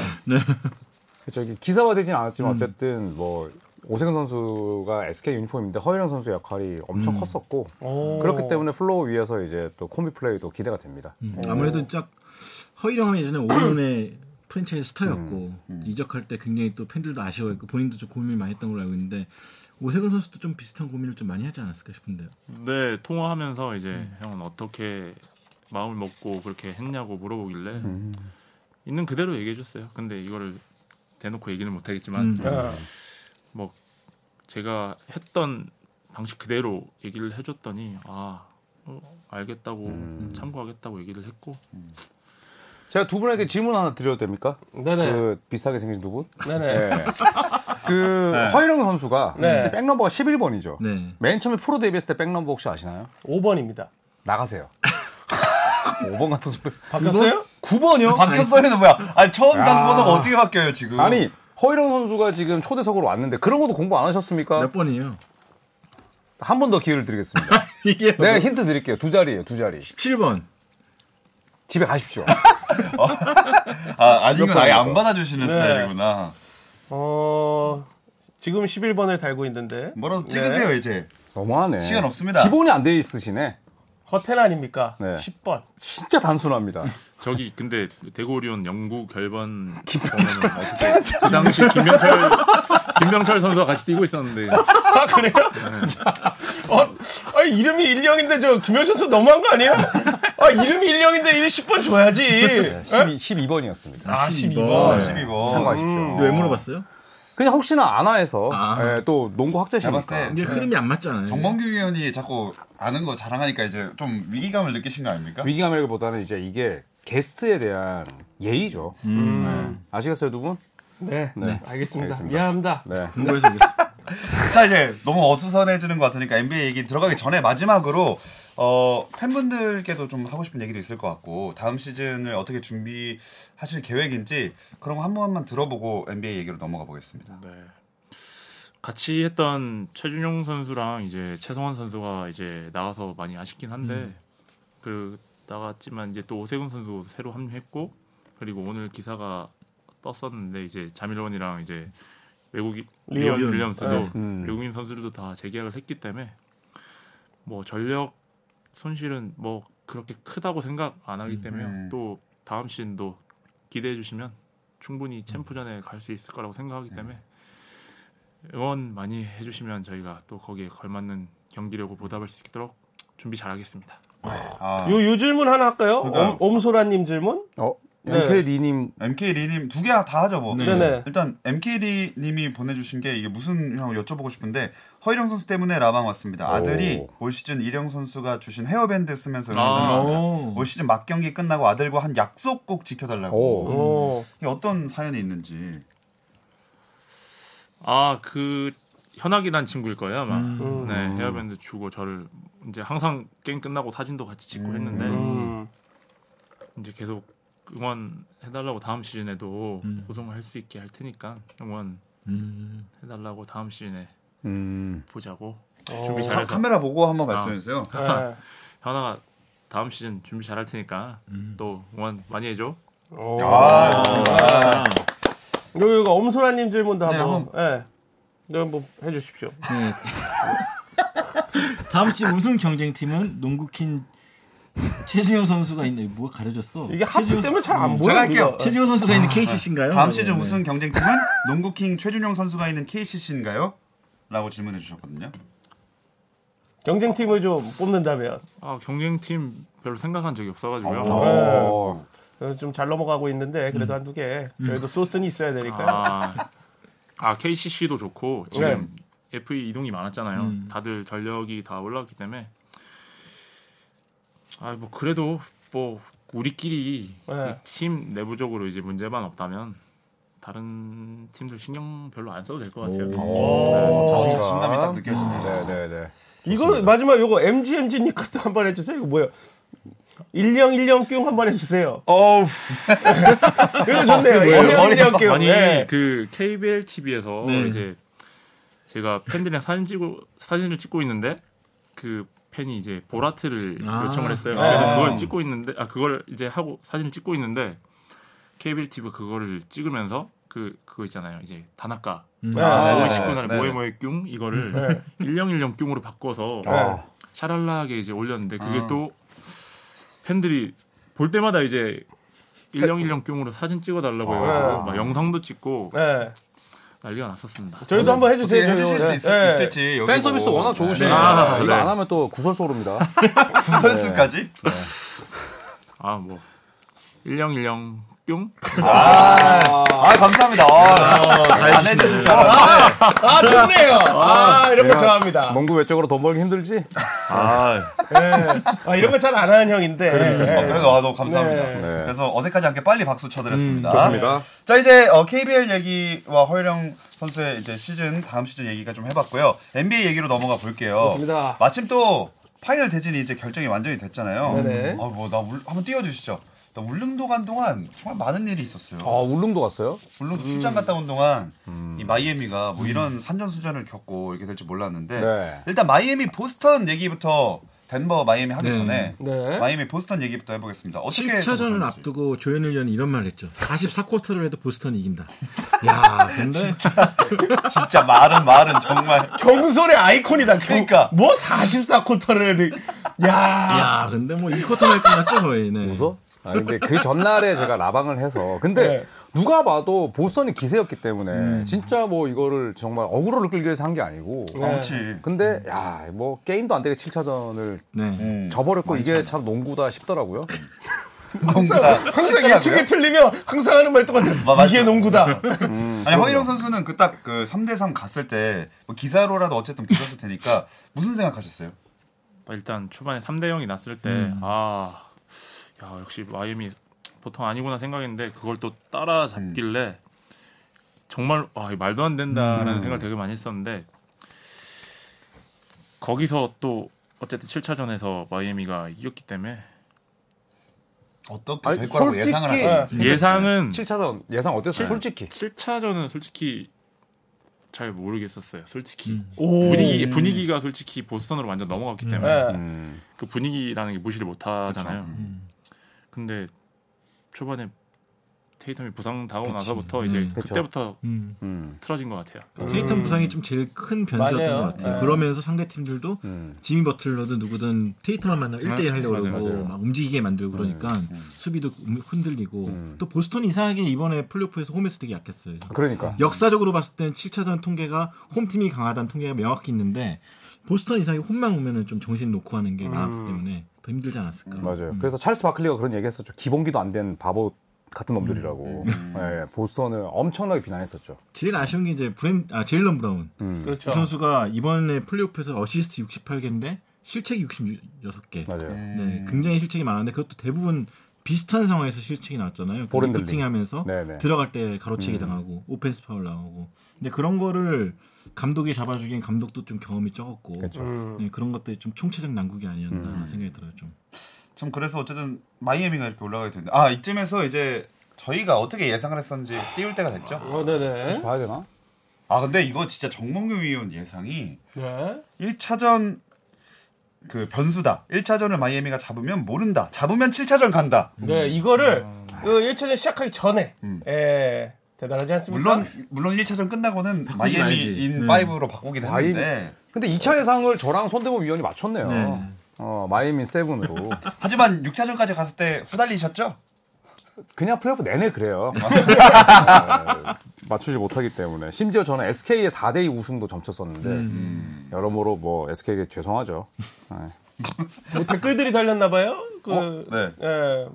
S2: 저기 기사화되진 않았지만 어쨌든 뭐 오세근 선수가 SK 유니폼인데 허일영 선수 역할이 엄청 컸었고
S3: 오.
S2: 그렇기 때문에 플로우 위에서 이제 또 콤비 플레이도 기대가 됩니다.
S5: 음, 아무래도 쫙 허이령 하면 예전에 오른의 프랜차이즈
S1: 음,
S5: 스타였고 이적할 때 굉장히 또 팬들도 아쉬워했고 본인도 좀 고민을 많이 했던 걸로 알고 있는데 오세근 선수도 좀 비슷한 고민을 좀 많이 하지 않았을까 싶은데요.
S4: 네 통화하면서 이제 형은 어떻게 마음을 먹고 그렇게 했냐고 물어보길래 있는 그대로 얘기해 줬어요. 근데 이거를 대놓고 얘기는 못 하겠지만
S5: 음.
S3: 예.
S4: 뭐 제가 했던 방식 그대로 얘기를 해줬더니 아 어, 알겠다고 참고하겠다고 얘기를 했고
S2: 제가 두 분에게 질문 하나 드려도 됩니까?
S3: 네네
S2: 그 비슷하게 생긴 두 분.
S3: 네네
S2: 네. 그 허일영 선수가
S3: 아, 네.
S2: 지금 백넘버가 11번이죠.
S5: 네.
S2: 맨 처음에 프로 데뷔했을 때 백넘버 혹시 아시나요?
S3: 5번입니다
S2: 나가세요. 5번 같은 소리.
S3: 바뀌었어요?
S2: 9번이요?
S1: 아, 바뀌었어요는 뭐야? 아니 처음
S2: 야.
S1: 단 번호가 어떻게 바뀌어요 지금?
S2: 아니 허일영 선수가 지금 초대석으로 왔는데 그런 것도 공부 안 하셨습니까?
S3: 네.
S5: 몇 번이에요?
S2: 한 번 더 기회를 드리겠습니다.
S5: 이게 네.
S2: 내가 힌트 드릴게요. 두 자리예요, 두 자리.
S5: 17번.
S2: 집에 가십시오.
S1: 아, 아닌 건 아예
S2: 번이에요?
S1: 안 받아주시는
S3: 네.
S1: 스타일이구나.
S3: 어 지금 11번을 달고 있는데
S2: 네.
S1: 뭐라도 찍으세요 이제.
S2: 너무하네.
S1: 시간 없습니다.
S2: 기본이 안 돼 있으시네.
S3: 허텐 아닙니까?
S2: 네.
S3: 10번.
S2: 진짜
S1: 네?
S2: 단순합니다.
S4: 저기 근데 대고리온 영구 결번 보면은 어떻게 그 당시 김병철 김병철 선수와 같이 뛰고 있었는데
S3: 아 그래요? 어, 아 이름이 일령인데 저 김현수 선수 너무한 거 아니에요? 아 이름이 일령인데 1 10번 줘야지.
S2: 12, 12번이었습니다.
S3: 아
S5: 12번.
S3: 12번.
S1: 12번.
S2: 어, 네. 참고하십시오.
S5: 왜 물어봤어요?
S2: 그냥 혹시나 안화해서
S5: 아.
S2: 예, 또 농구
S1: 내가 봤을
S2: 학자시니까.
S1: 때
S5: 이게 흐름이 안 맞잖아요.
S1: 네. 정범규 의원이 자꾸 아는 거 자랑하니까 이제 좀 위기감을 느끼신 거 아닙니까?
S2: 위기감이라기보다는 이제 이게 게스트에 대한 예의죠.
S1: 음.
S2: 예. 아시겠어요, 두 분?
S3: 네.
S2: 네.
S3: 알겠습니다.
S2: 알겠습니다.
S3: 미안합니다.
S2: 네.
S1: 음.
S5: 공부해서
S1: 자 이제 너무 어수선해지는 것 같으니까 NBA 얘기 들어가기 전에 마지막으로 어, 팬분들께도 좀 하고 싶은 얘기도 있을 것 같고 다음 시즌을 어떻게 준비하실 계획인지 그런 거 한 번만 들어보고 NBA 얘기로 넘어가 보겠습니다.
S4: 네. 같이 했던 최준용 선수랑 이제 최성원 선수가 이제 나가서 많이 아쉽긴 한데
S1: 음.
S4: 그 나갔지만 이제 또 오세근 선수 새로 합류했고 그리고 오늘 기사가 떴었는데 이제 자밀원이랑 이제 외국인
S3: 리온
S4: 리언 윌리엄스도
S3: 네.
S2: 음.
S4: 외국인 선수들도 다 재계약을 했기 때문에 뭐 전력 손실은 뭐 그렇게 크다고 생각 안 하기 때문에
S1: 음.
S4: 또 다음 시즌도 기대해 주시면 충분히 챔프전에 갈 수 있을 거라고 생각하기 때문에 응원 많이 해주시면 저희가 또 거기에 걸맞는 경기력으로 보답할 수 있도록 준비 잘하겠습니다.
S1: 아,
S3: 요, 요 질문 하나 할까요?
S2: 네.
S1: 그러니까요.
S3: 엄, 소라님 질문?
S2: 어?
S3: 네.
S2: MK리님
S1: MK리님 두 개 다 하죠 뭐.
S3: 네네.
S1: 일단 MK리님이 보내주신 게 이게 무슨 형 여쭤보고 싶은데 허일영 선수 때문에 라방 왔습니다. 아들이
S2: 오.
S1: 올 시즌 일영 선수가 주신 헤어밴드 쓰면서
S4: 아.
S1: 응원합니다.
S5: 오.
S1: 올 시즌 막 경기 끝나고 아들과 한 약속 꼭 지켜달라고.
S2: 오.
S3: 오.
S1: 이게 어떤 사연이 있는지.
S4: 아 그 현학이란 친구일 거예요 아마.
S5: 음.
S4: 네 헤어밴드 주고 저를 이제 항상 게임 끝나고 사진도 같이 찍고
S1: 음.
S4: 했는데
S3: 음.
S4: 이제 계속 응원해달라고 다음 시즌에도
S5: 음.
S4: 우승할 수 있게 할 테니까
S5: 음.
S4: 응원해달라고 다음 시즌에
S2: 음.
S4: 보자고
S3: 준비
S4: 준비
S1: 카,
S4: 잘해서
S1: 카메라 보고 한번 말씀해 주세요.
S3: 어. 네.
S4: 현아가 다음 시즌 준비 잘할 테니까 또 응원 많이 해줘
S3: 오.
S1: 아, 좋습니다.
S3: 요, 요거 엄소라님 질문도
S1: 네,
S3: 한번. 예. 네. 한번 해주십시오.
S5: 네. 다음 주 우승 경쟁팀은 농구킨 최준영 선수가 있네. 뭐가 가려졌어?
S3: 이게 하트
S5: 최준용-
S3: 때문에 잘 안
S1: 음,
S3: 보여.
S1: 제가 할게요.
S3: 우리가.
S5: 최준영 선수가 있는
S2: 아,
S5: KCC인가요?
S1: 아. 다음 시즌 우승 경쟁팀은 농구킹 최준용 선수가 있는 KCC인가요? 라고 질문해 주셨거든요.
S3: 경쟁팀을 좀 뽑는다면
S4: 아 경쟁팀 별로 생각한 적이 없어가지고요
S2: 어.
S3: 좀 잘 넘어가고 있는데
S1: 음.
S3: 그래도 한두 개 그래도 소스는 있어야 되니까
S4: 아, 아 KCC도 좋고 지금 FE 이동이 많았잖아요
S5: 음.
S4: 다들 전력이 다 올라왔기 때문에 아 뭐 그래도 뭐 우리끼리
S3: 네.
S4: 이팀 내부적으로 이제 문제만 없다면 다른 팀들 신경 별로 안 써도 될 것 같아요.
S1: 어,
S2: 자신감.
S1: 자신감이 딱 느껴지네요.
S2: 네네네.
S3: 이거 마지막 요거 MGMG님 것도 한번 해주세요 이거 뭐야 1010 뀨 한번 해주세요
S4: 어우,
S1: 아,
S3: 이거 좋네요 1010 뀨
S4: 아니
S3: 네.
S4: 그 KBL TV에서
S5: 네.
S4: 이제 제가 팬들이랑 사진 찍고 사진을 찍고 있는데 그 팬이 이제 보라트를
S5: 아.
S4: 요청을 했어요.
S3: 아.
S4: 그래서 그걸 찍고 있는데 아 그걸 이제 하고 사진을 찍고 있는데 KBL TV 가 그거를 찍으면서 그 그거 있잖아요. 이제 다나카
S5: 음.
S3: 아,
S1: 네, 네,
S4: 5월 19날
S1: 네,
S4: 모에
S1: 네.
S4: 모에 뀨 이거를
S3: 네.
S4: 1010 뀨으로 바꿔서
S2: 아.
S4: 샤랄라하게 이제 올렸는데 그게
S1: 아.
S4: 또 팬들이 볼 때마다 이제 1010 뀨으로 사진 찍어달라고 해가지고 막 영상도 찍고
S3: 네.
S4: 난리가 났었습니다.
S3: 저희도 한번 해주세요
S1: 음. 어떻게 해주실
S3: 저희.
S1: 수 있을,
S3: 네.
S1: 있을지 뭐 여기
S2: 팬 서비스
S1: 보고.
S2: 워낙 좋으시네요.
S4: 아,
S2: 이거
S4: 네.
S2: 안 하면 또 구설 소릅니다.
S1: 네. 선수까지
S4: 아 뭐 1010 뿅?
S1: 아 감사합니다 아, 안 해주신 줄 알았는데
S3: 아 좋네요 아 이런 거
S1: 뭐
S3: 좋아합니다
S2: 농구 외적으로 돈 벌기 힘들지?
S3: 네. 아, 이런 거 잘 안 하는 형인데
S1: 아,
S3: 네.
S1: 그래도 아, 너무 감사합니다
S3: 네.
S2: 네. 음,
S1: 그래서 어색하지 않게 빨리 박수 쳐드렸습니다
S2: 좋습니다.
S1: 자 이제 어, KBL 얘기와 허일영 선수의 이제 시즌 다음 시즌 얘기가 좀 해봤고요 NBA 얘기로 넘어가 볼게요
S3: 좋습니다.
S1: 마침 또 파이널 대진이 이제 결정이 완전히 됐잖아요
S3: 네네.
S1: 아뭐나 한번 띄워주시죠 나 울릉도 간 동안 정말 많은 일이 있었어요
S2: 아, 울릉도 갔어요?
S1: 물론 출장 갔다 온 동안 이 마이애미가 뭐 이런 산전수전을 겪고 이렇게 될 줄 몰랐는데
S2: 네.
S1: 일단 마이애미 보스턴 얘기부터 덴버 마이애미 하기
S5: 네.
S1: 전에
S3: 네.
S1: 마이애미 보스턴 얘기부터 해보겠습니다. 어떻게
S5: 7차전을
S1: 보셨는지.
S5: 앞두고 조현일 위원이 이런 말을 했죠. 44쿼터를 해도 보스턴이 이긴다. 야, 근데
S1: 진짜 말은 말은 정말
S3: 네. 경솔의 아이콘이다. 경-
S1: 그러니까.
S3: 뭐 44쿼터를 해도 야.
S5: 야, 근데 뭐 2쿼터 날 뻔했죠, 거의. 네.
S2: 웃어? 아, 근데 그 전날에 제가 라방을 해서. 근데
S3: 네.
S2: 누가 봐도 보스턴이 기세였기 때문에 진짜 뭐 이거를 정말 억울로를 끌기 위해서 한 게 아니고.
S1: 아, 그렇지.
S2: 근데 야, 뭐 게임도 안 되게 7차전을
S5: 네.
S1: 음.
S2: 저버렸고 이게 참 농구다 싶더라고요.
S1: 농구다.
S3: 항상 예측이 틀리면 항상 하는 말 똑같아.
S1: 뭐, 맞아. 음.
S3: 이게 농구다.
S1: 아니 허일영 선수는 그 딱 그 3대3 갔을 때 뭐 기사로라도 어쨌든 보셨을 테니까 무슨 생각하셨어요?
S4: 일단 초반에 3대 0이 났을 때 아. 야, 역시 마이애미 보통 아니구나 생각했는데 그걸 또 따라잡길래 정말 와, 이거 말도 안 된다라는 생각을 되게 많이 했었는데 거기서 또 어쨌든 7차전에서 마이애미가 이겼기 때문에
S1: 어떻게
S2: 아니,
S1: 될 거라고
S2: 솔직히-
S1: 예상을 하셨는지
S4: 예상은
S2: 7차전 예상 어땠어요? 솔직히.
S4: 7차전은 솔직히 잘 모르겠었어요. 솔직히
S5: 음.
S4: 분위기 분위기가 솔직히 보스턴으로 완전 넘어갔기 때문에
S3: 네.
S2: 음.
S4: 그 분위기라는 게 무시를 못 하잖아요.
S1: 그쵸.
S5: 음.
S4: 근데 초반에 테이텀이 부상 당하고
S5: 그치.
S4: 나서부터 이제
S5: 음.
S2: 그쵸.
S4: 그때부터
S5: 음.
S2: 음.
S4: 틀어진 것 같아요.
S5: 테이텀 부상이 좀 제일 큰 변수였던
S3: 맞아요.
S5: 것 같아요.
S3: 네.
S5: 그러면서 상대 팀들도
S2: 음.
S5: 지미 버틀러든 누구든 테이텀만 만나 1대1 하려고
S4: 맞아요,
S5: 그러고
S4: 맞아요.
S5: 막 움직이게 만들고 그러니까 수비도 음, 흔들리고
S2: 음.
S5: 또 보스턴이 이상하게 이번에 플레이오프에서 홈에서 되게 약했어요. 음.
S2: 그러니까.
S5: 역사적으로 봤을 때는 7차전 통계가 홈팀이 강하다는 통계가 명확히 있는데 보스턴 이상이 홈만 오면은 좀 정신 놓고 하는 게 많았기 때문에 더 힘들지 않았을까.
S2: 음. 맞아요.
S5: 음.
S2: 그래서 찰스 바클리가 그런 얘기했었죠. 기본기도 안 된 바보 같은 놈들이라고. 예, 보스턴을 엄청나게 비난했었죠.
S5: 제일 아쉬운 게 이제 브랜 아 제일런 브라운
S2: 음.
S3: 그렇죠.
S5: 이 선수가 이번에 플레이오프에서 어시스트 68개인데 실책이 66개.
S2: 맞아요.
S5: 네, 굉장히 실책이 많았는데 그것도 대부분 비슷한 상황에서 실책이 나왔잖아요.
S2: 볼
S5: 그
S2: 핸들링.
S5: 리프팅하면서
S2: 네네. 음.
S5: 들어갈 때 가로채기 당하고 오펜스 파울 나오고. 근데 그런 거를 감독이 잡아주기엔 감독도 좀 경험이 적었고
S2: 그렇죠.
S3: 음.
S5: 네, 그런 것들이 좀 총체적 난국이 아니었나
S1: 음.
S5: 생각이 들어요. 좀.
S1: 참 그래서 어쨌든 마이애미가 이렇게 올라가게 됐는데 아 이쯤에서 이제 저희가 어떻게 예상을 했었는지 띄울 때가 됐죠.
S3: 어, 네네.
S2: 봐야 되나?
S1: 아 근데 이거 진짜 정몽규 위원 예상이
S3: 네.
S1: 1차전 그 변수다. 1차전을 마이애미가 잡으면 모른다. 잡으면 7차전 간다.
S3: 네, 이거를 그 1차전 시작하기 전에
S1: 음.
S3: 예. 대단하지 않습니까?
S1: 물론 물론 1차전 끝나고는
S5: 바꾸진
S1: 마이애미
S5: 말지.
S1: 인
S5: 음.
S1: 5로 바꾸긴
S2: 마이애미.
S1: 했는데
S2: 근데 2차 예상을 저랑 손대범 위원이 맞췄네요.
S5: 네.
S2: 어, 마이애미 세븐으로.
S1: 하지만 6차전까지 갔을 때 후달리셨죠?
S2: 그냥 플레이오프 내내 그래요. 네, 맞추지 못하기 때문에. 심지어 저는 SK의 4대2 우승도 점쳤었는데, 여러모로 뭐 SK에게 죄송하죠. 네.
S3: 뭐 댓글들이 달렸나봐요. 그,
S1: 어? 네.
S3: 예.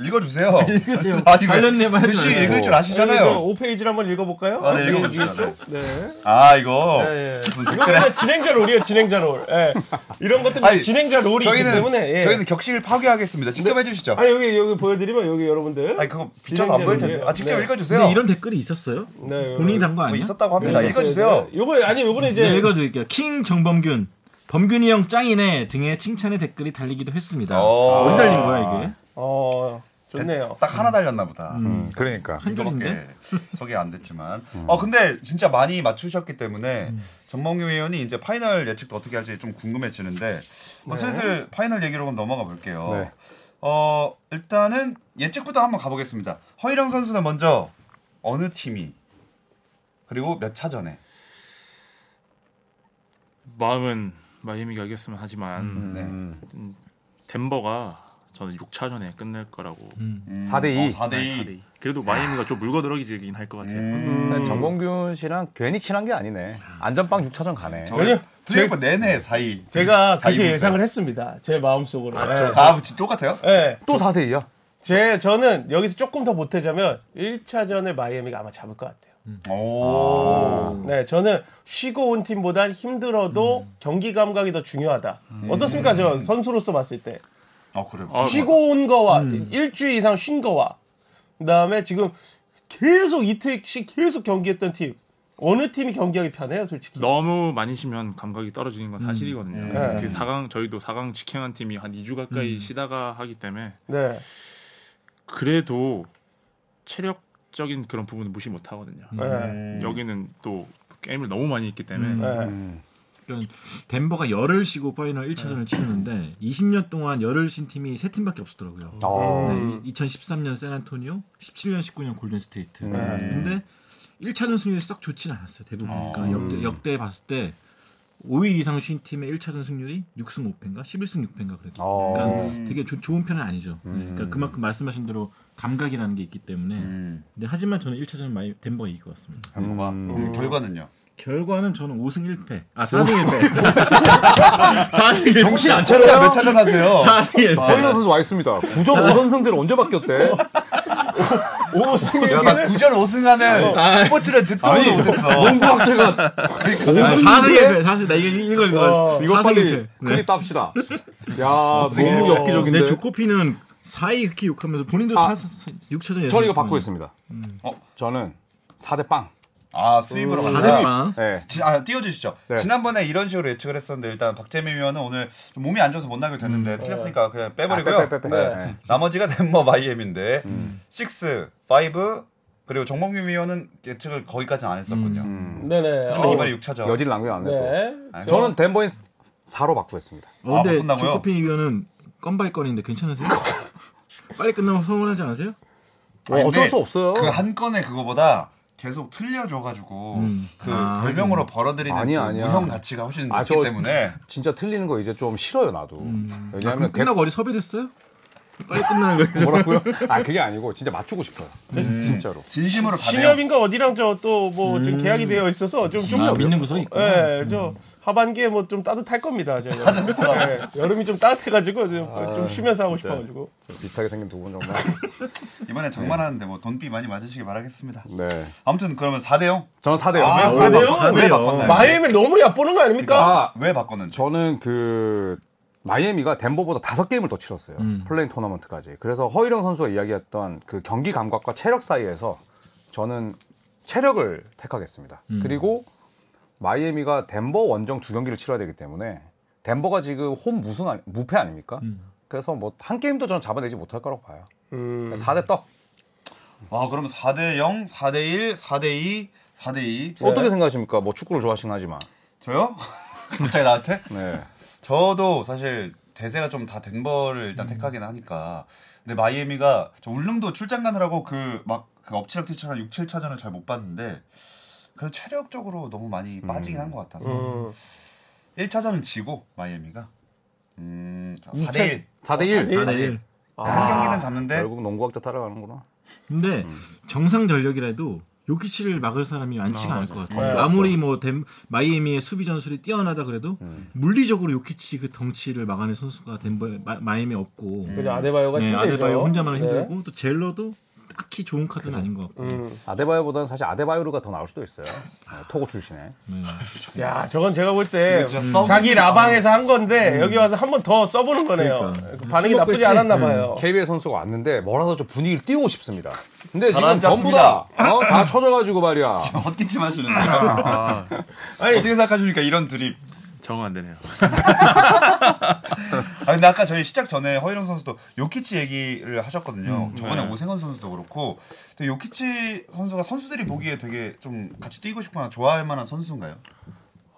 S1: 읽어주세요.
S5: 읽으세요.
S1: 아니, 왜-
S5: 관련된 말 하지
S1: 글씨
S5: 말고.
S1: 읽을 줄
S3: 이거
S1: 아시잖아요.
S3: 그 어, 5페이지를 한번 읽어볼까요?
S1: 아, 네,
S3: 여기
S1: 읽어봅시다.
S3: 있죠? 네.
S1: 아 이거
S3: 예, 예.
S1: 무슨
S3: 이거
S1: 댓글에
S3: 그냥 진행자 롤이에요, 진행자 롤. 예. 이런 것들이
S1: 아니,
S3: 진행자 롤이 있기 때문에. 예.
S1: 저희는 격식을 파괴하겠습니다. 직접 해주시죠.
S3: 아니, 여기, 여기 보여드리면 여기 여러분들.
S1: 아니 그거 비춰서 안 보일 텐데. 아 직접
S3: 네.
S1: 읽어주세요.
S5: 근데 이런 댓글이 있었어요?
S3: 네,
S5: 본인이
S3: 여기.
S5: 단거
S1: 뭐
S5: 아니야?
S1: 있었다고 예. 합니다.
S3: 네,
S1: 읽어주세요.
S3: 네, 요거, 아니, 요거는 이제.
S5: 네, 읽어드릴게요. 킹 정범균, 범균이 형 짱이네 등의 칭찬의 댓글이 달리기도 했습니다.
S1: 어.
S5: 어디 달린 거야 이게?
S3: 어, 좋네요.
S1: 딱 하나 달렸나 보다.
S2: 음, 그러니까.
S5: 한
S1: 이거밖에
S5: 줄인데?
S1: 소개 안 됐지만.
S3: 음.
S1: 어 근데 진짜 많이 맞추셨기 때문에 전몽규 의원이 이제 파이널 예측도 어떻게 할지 좀 궁금해지는데 뭐
S3: 네.
S1: 슬슬 파이널 얘기로 그럼 넘어가 볼게요.
S2: 네.
S1: 어 일단은 예측부터 한번 가보겠습니다. 허일영 선수는 먼저 어느 팀이 그리고 몇 차전에
S4: 마음은 마이애미가 이겼으면 하지만
S1: 네.
S4: 음, 덴버가 저는 6차전에 끝낼 거라고.
S1: 음,
S2: 4대2.
S1: 어, 4대2. 음.
S4: 네. 그래도 마이애미가 좀 물거들어지긴 할 것 같아요.
S3: 음.
S2: 네, 정범균 씨랑 괜히 친한 게 아니네. 안전빵 6차전 가네.
S1: 저희
S3: 왜냐?
S1: 플레이오프 내내 4위.
S3: 제가
S1: 사이비
S3: 그렇게
S1: 있어요.
S3: 예상을 했습니다. 제 마음속으로. 예.
S1: 아, 진짜 똑같아요?
S3: 예.
S2: 또 4대2야?
S3: 제, 저는 여기서 조금 더 보태자면 1차전을 마이애미가 아마 잡을 것 같아요.
S1: 오.
S3: 네, 저는 쉬고 온 팀보단 힘들어도
S1: 음.
S3: 경기 감각이 더 중요하다. 어떻습니까? 저 선수로서 봤을 때.
S1: 아, 그래요?
S4: 아,
S3: 쉬고 온 거와
S5: 음.
S3: 일주일 이상 쉰 거와 그다음에 지금 계속 이틀씩 계속 경기했던 팀 어느 팀이 경기하기 편해요 솔직히
S4: 너무 많이 쉬면 감각이 떨어지는 건 사실이거든요.
S3: 그렇죠. 네.
S4: 그 4강 저희도 4강 직행한 팀이 한 2주 가까이 쉬다가 하기 때문에
S3: 네.
S4: 그래도 체력적인 그런 부분은 무시 못 하거든요.
S3: 네.
S4: 여기는 또 게임을 너무 많이 했기 때문에
S5: 음.
S3: 네.
S5: 그런 덴버가 열흘 쉬고 파이널 1차전을 치르는데 20년 동안 열흘 쉰 팀이 세 팀밖에 없었더라고요.
S2: 어.
S5: 네, 2013년 샌안토니오, 17년 19년 골든 스테이트. 근데 1차전 승률이 썩 좋진 않았어요. 대부분. 그러니까 역대, 역대 봤을 때 5일 이상 쉰 팀의 1차전 승률이 6승 5패인가 11승 6패인가 그랬거든요.
S2: 어.
S5: 그러니까 되게 조- 좋은 편은 아니죠. 그러니까 그만큼 말씀하신 대로 감각이라는 게 있기 때문에.
S1: 음.
S5: 근데 하지만 저는 1차전은 많이 덴버가 이길 것 같습니다.
S1: 음. 음, 결과는요?
S5: 결과는 저는 5승 1패. 아, 4승 1패. 4승 1패. 정신 안
S1: 차례야 몇 차전 하세요?
S5: 4승 1패.
S2: 허일영 선수 와 있습니다. 9점 5선승제를 언제 바뀌었대?
S1: 야, 나 9전
S2: 아,
S1: 5승하는 스포츠를 듣도 보도
S2: 뭐,
S1: 못했어.
S2: 농구학제가
S5: 아, 4승 1패. 4승 나 이거 이거 이거.
S2: 어. 이거
S5: 4승
S2: 빨리
S5: 1패.
S2: 클립 땁시다. 야, 너무 엽기적인데.
S5: 근데 어, 조코피는 4위 이렇게 욕하면서 본인도
S2: 아,
S5: 네, 4, 6차전 예상.
S2: 저는 이거 바꾸겠습니다.
S1: 어?
S2: 저는 4대 빵.
S1: 아 수입으로
S5: 음.
S1: 간다.
S5: 사대빵.
S2: 네.
S1: 지- 아, 띄워주시죠.
S2: 네.
S1: 지난번에 이런 식으로 예측을 했었는데 일단 박재민 위원은 오늘 좀 몸이 안 좋아서 못 나게 됐는데 틀렸으니까 그냥 빼버리고요.
S2: 음. 아, 빼, 빼, 빼, 빼.
S1: 네.
S2: 네. 음.
S1: 나머지가 덴버 마이애미인데 6, 5 그리고 정몽규 위원은 예측을 거기까지는 안 했었군요.
S3: 네네.
S1: 하지만
S3: 어,
S1: 이번에 아, 6차전.
S2: 음. 여질 남겨 안 해도. 아,
S3: 네.
S2: 저는 덴버인 4로 바꾸겠습니다.
S1: 아,
S5: 어, 근데
S1: 바꾼다고요?
S5: 조코핀 이거는 건발 건인데 괜찮으세요? 빨리 끝나면 서운하지 않으세요?
S1: 아니, 근데
S2: 어쩔 수 없어요.
S1: 그 한 건의 그거보다 계속 틀려줘가지고 그
S5: 아,
S1: 별명으로 벌어들이는
S2: 음. 아니야,
S1: 그
S2: 아니야.
S1: 무형 가치가 훨씬
S2: 아,
S1: 높기
S2: 저-
S1: 때문에
S2: 진짜 틀리는 거 이제 좀 싫어요 나도.
S5: 아,
S2: 왜냐하면
S5: 그럼 끝나고 어디 섭외됐어요? 빨리 끝나는
S2: 대-
S5: 거예요.
S2: 뭐라고요? 아 그게 아니고 진짜 맞추고 싶어요. 진짜로.
S1: 진심으로 가네요.
S3: 신협인가 어디랑 저 또 뭐
S5: 음.
S3: 지금 계약이 되어 있어서 좀 좀.
S6: 아, 믿는 구석이
S3: 예,
S6: 있구나.
S3: 네, 저 하반기에 뭐 좀 따뜻할 겁니다. 제가. 네, 여름이 좀 따뜻해가지고 좀,
S1: 아,
S3: 좀 쉬면서 하고 싶어가지고.
S2: 비슷하게 생긴 두 분 정말.
S1: 이번에 장만하는데 뭐 돈비 많이 맞으시길 바라겠습니다.
S2: 네.
S1: 아무튼 그러면 4대 0?
S2: 저는 4대 0.
S3: 아,
S1: 왜
S3: 사대요?
S1: 바꿨- 왜 바꿨나요?
S3: 마이애미 너무 얕보는 거 아닙니까?
S2: 아,
S1: 왜 바꿨는지.
S2: 저는 그 마이애미가 덴버보다 다섯 게임을 더 치렀어요. 플레인 토너먼트까지. 그래서 허일영 선수가 이야기했던 그 경기 감각과 체력 사이에서 저는 체력을 택하겠습니다. 그리고 마이애미가 덴버 원정 두 경기를 치러야 되기 때문에 덴버가 지금 홈 무승 아니- 무패 아닙니까? 그래서 뭐 한 게임도 저는 잡아내지 못할 거라고 봐요.
S3: 음.
S2: 4대 떡.
S1: 아, 그러면 4대 0, 4대 1, 4대 2, 4대 2.
S2: 어떻게 생각하십니까? 뭐 축구를 좋아하시긴 하지만.
S1: 저요? 갑자기 나한테?
S2: 네.
S1: 저도 사실 대세가 좀 다 덴버를
S3: 음.
S1: 일단 택하긴 하니까. 근데 마이애미가 저 울릉도 출장 가느라고 그 막 그 엎치락 뒤치락 6, 7차전을 잘 못 봤는데 그래서 체력적으로 너무 많이 빠지긴 한 것 같아서
S3: 음.
S1: 1차전은 지고 마이애미가 음, 4대 1.
S2: 4대 1.
S5: 4대 1.
S3: 아.
S1: 한 경기는 잡는데
S2: 아, 결국 농구학자 따라가는구나.
S5: 근데 정상 전력이라도 요키치를 막을 사람이 많지가 않을 것 같아요.
S3: 맞아.
S5: 아무리 뭐 댐- 마이애미의 수비 전술이 뛰어나다 그래도 물리적으로 요키치 그 덩치를 막아낸 선수가 덴버 마- 마이애미 없고
S3: 그죠 아데바요가
S5: 네,
S3: 힘들죠.
S5: 아데바요 혼자만
S3: 네.
S5: 힘들고 또 젤러도 딱히 좋은 카드는 아닌 것 같고
S3: 음.
S2: 아데바요보다는 사실 아데바요르가 더 나올 수도 있어요. 네, 토고 출신에.
S3: 야, 저건 제가 볼 때
S5: 그렇죠.
S1: 이거 진짜 써보는
S3: 자기 라방에서 한 건데 여기 와서 한 번 더 써보는 거네요.
S5: 음. 그러니까. 음.
S3: 그 반응이
S5: 술 먹고
S3: 나쁘지
S5: 했지?
S3: 않았나 봐요.
S2: KBL 선수가 왔는데 뭐라도 좀 분위기를 띄우고 싶습니다. 근데 지금
S1: 잘하지
S2: 전부 다, 어? 다 쳐져가지고 말이야.
S1: 헛기침 하시는 거예요.
S3: 아니,
S1: 어떻게 생각하십니까 이런 드립?
S4: 적응 아, 안 되네요.
S1: 아 근데 아까 저희 시작 전에 허일영 선수도 요키치 얘기를 하셨거든요. 저번에
S4: 네.
S1: 오세근 선수도 그렇고 근데 요키치 선수가 선수들이 보기에 되게 좀 같이 뛰고 싶거나 좋아할 만한 선수인가요?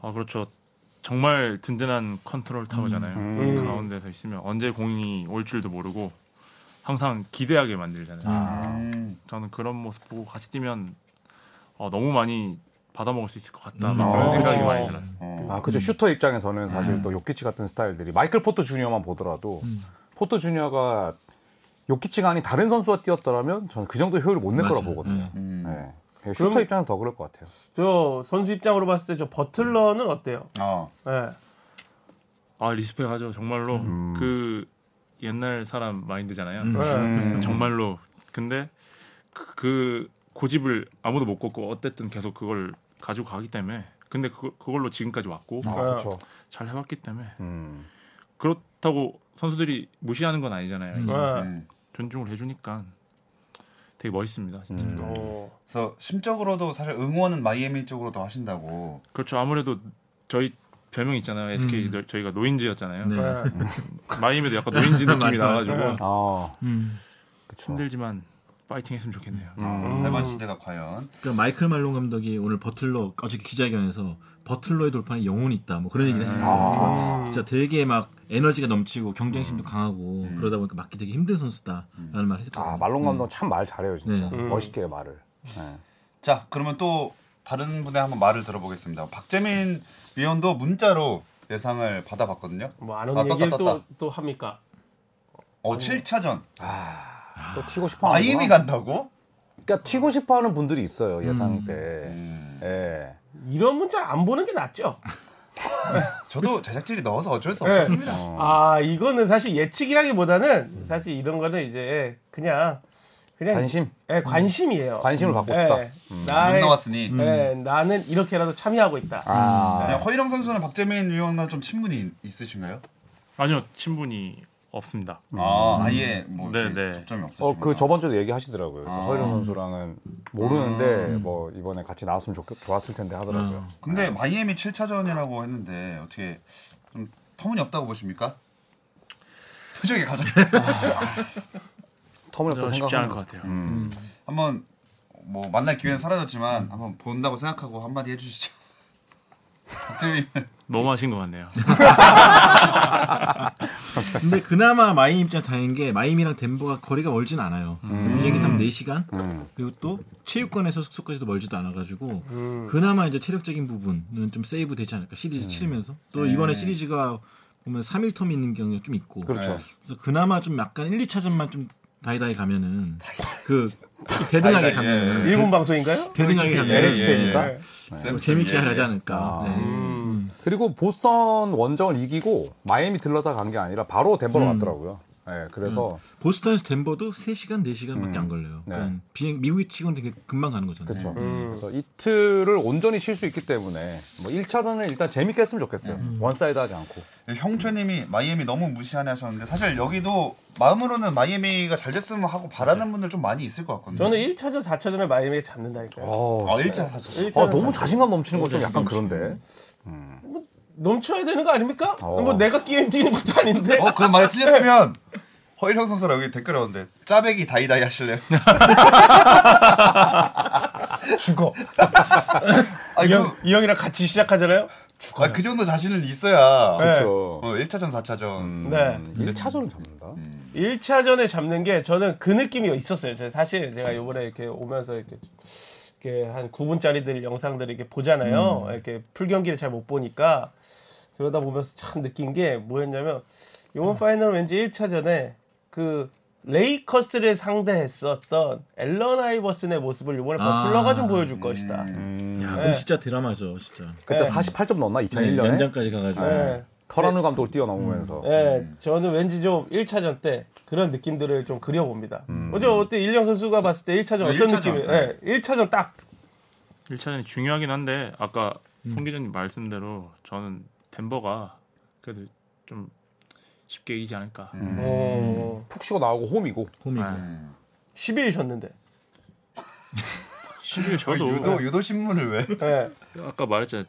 S4: 아 그렇죠. 정말 든든한 컨트롤 타워잖아요. 가운데서 있으면 언제 공이 올 줄도 모르고 항상 기대하게 만들잖아요.
S1: 음,
S4: 저는 그런 모습 보고 같이 뛰면 어, 너무 많이 받아 먹을 수 있을 것 같다.
S5: 음.
S4: 막 그런
S2: 아,
S4: 생각이
S2: 그쵸.
S4: 많이 들어요.
S1: 어.
S2: 아, 그죠. 슈터 입장에서는 사실 또 요키치 같은 스타일들이 마이클 포터 주니어만 보더라도 포터 주니어가 요키치가 아닌 다른 선수와 뛰었더라면 저는 그 정도 효율을 못 낼 거라고
S5: 맞아요.
S2: 보거든요.
S1: 음.
S2: 네. 슈터
S3: 그럼-
S2: 입장에서 더 그럴 것 같아요.
S3: 저 선수 입장으로 봤을 때 저 버틀러는 어때요?
S1: 어.
S3: 예.
S4: 아 리스펙하죠. 정말로 그 옛날 사람 마인드잖아요.
S3: 네. 음.
S5: 음.
S4: 정말로 근데 그, 그 고집을 아무도 못 꺾고 어쨌든 계속 그걸 가지고 가기 때문에 근데 그, 그걸로 지금까지 왔고
S2: 아,
S3: 어.
S2: 그렇죠.
S4: 잘 해왔기 때문에
S2: 음.
S4: 그렇다고 선수들이 무시하는 건 아니잖아요.
S3: 예.
S1: 음.
S4: 존중을 해주니까 되게 멋있습니다. 진짜.
S3: 예. 어.
S1: 그래서 심적으로도 사실 응원은 마이애미 쪽으로 더 하신다고.
S4: 그렇죠. 아무래도 저희 별명 있잖아요. SK 너- 저희가 노인지였잖아요.
S5: 네.
S3: 예.
S4: 마이애미도 약간 노인지 느낌이 나가지고
S2: 아,
S5: 음.
S2: 그렇죠.
S4: 힘들지만 파이팅했으면 좋겠네요.
S1: 어, 대만 시대가 과연
S5: 그러니까 마이클 말론 감독이 오늘 버틀러 어저께 기자회견에서 버틀러의 돌판에 영혼이 있다 뭐 그런 얘기를 했어요. 진짜 되게 막 에너지가 넘치고 경쟁심도 강하고 그러다 보니까 맞기 되게 힘든 선수다라는 말을 했거든요.
S2: 아, 말론 감독 참 말 잘해요, 진짜. 멋있게 말을. 네.
S1: 자, 그러면 또 다른 분의 한번 말을 들어보겠습니다. 박재민 위원도 문자로 예상을 받아봤거든요.
S3: 뭐안 오는
S1: 아, 떴다,
S3: 얘기를
S1: 떴다.
S3: 또, 또 합니까?
S1: 어, 7차전.
S2: 또 튀고 싶어 하는
S1: 아, 마이애미 간다고?
S2: 그러니까 튀고 싶어 하는 분들이 있어요, 예상 때. 예.
S3: 이런 문자를 안 보는 게 낫죠.
S1: 저도 제작진이 넣어서 어쩔 수
S3: 네.
S1: 없었습니다.
S3: 아, 이거는 사실 예측이라기보다는 사실 이런 거는 이제 그냥 그냥
S2: 관심?
S3: 예, 관심이에요.
S2: 관심을 받고
S3: 예.
S2: 싶다.
S1: 못
S3: 나의
S1: 나왔으니. 네,
S3: 예, 나는 이렇게라도 참여하고 있다.
S2: 음. 아,
S1: 그냥 허일영 선수는 박재민 위원과 좀 친분이 있- 있으신가요?
S4: 아니요 친분이 없습니다.
S1: 아 아예 뭐
S4: 네,
S1: 이렇게
S4: 네.
S1: 접점이 없었어요.
S2: 어 그 저번 주도 얘기하시더라고요. 그래서
S1: 아.
S2: 허이런 선수랑은 모르는데 뭐 이번에 같이 나왔으면 좋, 좋았을 텐데 하더라고요.
S1: 근데 마이애미 7차전이라고 했는데 어떻게 좀 터무니없다고 보십니까? 표정이 가장
S2: 터무니없다
S4: 쉽지 않을 것
S2: 생각하는
S4: 같아요.
S1: 한번 뭐 만날 기회는 사라졌지만 한번 본다고 생각하고 한마디 해주시죠. 박재민
S4: 너무 하신 것 같네요.
S5: 근데 그나마 마이애미 입장 다행인 게 마이애미랑 덴버가 거리가 멀진 않아요. 비행기 타면 4시간 그리고 또 체육관에서 숙소까지도 멀지도 않아가지고 그나마 이제 체력적인 부분은 좀 세이브 되지 않을까 시리즈 치르면서 또 이번에 시리즈가 보면 3일 텀 있는 경우가 좀 있고
S2: 그렇죠.
S1: 네.
S5: 그래서 그나마 좀 약간 1, 2차전만 좀 다이다이 가면은 그
S1: 다이다이,
S5: 대등하게
S2: 그
S5: 가면
S1: 예,
S5: 은
S3: 일본 방송인가요?
S5: 대등하게 가면
S1: 예,
S5: 은뭐
S2: LHP니까.
S3: 예.
S1: 쌤
S5: 재밌게
S1: 쌤, 예,
S5: 하지
S1: 예.
S5: 않을까.
S2: 아.
S5: 네.
S3: 음.
S2: 그리고 보스턴 원정을 이기고 마이애미 들렀다 간 게 아니라 바로 덴버로 갔더라고요. 예, 그래서
S5: 음. 보스턴에서 덴버도 3시간, 4시간밖에 안 걸려요.
S2: 네.
S5: 그러니까 비행, 미국이 치고는 되게 금방 가는 거잖아요.
S2: 그렇죠. 그래서 이틀을 온전히 쉴 수 있기 때문에 뭐 1차전을 일단 재밌게 했으면 좋겠어요. 원사이드 하지 않고.
S1: 네, 형최님이 마이애미 너무 무시하네 하셨는데 사실 여기도 마음으로는 마이애미가 잘 됐으면 하고 바라는 분들 좀 많이 있을 것 같거든요.
S3: 저는 1차전, 4차전을 마이애미에 잡는다니까요.
S1: 아 1차 사셨어요.
S2: 아, 어. 너무 자신감 넘치는 건 좀 약간 그런데.
S3: 넘쳐야 되는 거 아닙니까?
S2: 어.
S3: 뭐 내가 게임 뛰는 것도 아닌데.
S1: 어, 그런 말이 틀렸으면 허일영 선수랑 여기 댓글 오는데 짜배기 다이다이 하실래요?
S3: 죽어.
S1: 아,
S3: 이,
S1: 그,
S3: 형, 이 형이랑 같이 시작하잖아요.
S1: 아, 그 정도 자신은 있어야.
S3: 네.
S2: 그렇죠.
S1: 어, 1차전, 4차전.
S3: 네.
S2: 1차전을 잡는다.
S3: 1차전에 잡는 게 저는 그 느낌이 있었어요. 제가 사실 제가 요번에 이렇게 오면서 이렇게 이렇게 한 9분짜리들 영상들을 이렇게 보잖아요. 이렇게 풀 경기를 잘 못 보니까 그러다 보면서 참 느낀 게 뭐였냐면 요번 파이널 왠지 1차전에 그 레이커스를 상대했었던 앨런 아이버슨의 모습을 요번에
S5: 아.
S3: 버틀러가 좀 보여줄 것이다.
S5: 야,
S3: 네.
S5: 그건 진짜 드라마죠, 진짜.
S2: 그때
S3: 네.
S2: 48점 넣었나? 2001년에?
S5: 연장까지 가가지고.
S3: 네.
S2: 터라누 감독을 뛰어넘으면서.
S3: 예, 저는 왠지 좀 1차전 때 그런 느낌들을 좀 그려봅니다. 어제 어때 일령 선수가 봤을 때 1차전
S1: 네,
S3: 어떤
S1: 1차전.
S3: 느낌이? 예, 1차전 딱
S4: 1차전이 중요하긴 한데 아까 송 기자님 말씀대로 저는 덴버가 그래도 좀 쉽게 이기지 않을까.
S3: 어,
S2: 푹 쉬고 나오고 홈이고.
S5: 홈이고.
S4: 네.
S3: 10일 쉬었는데.
S4: 11 저도
S1: 어, 유도, 유도 신문을 왜?
S3: 예.
S4: 아까 말했잖아요.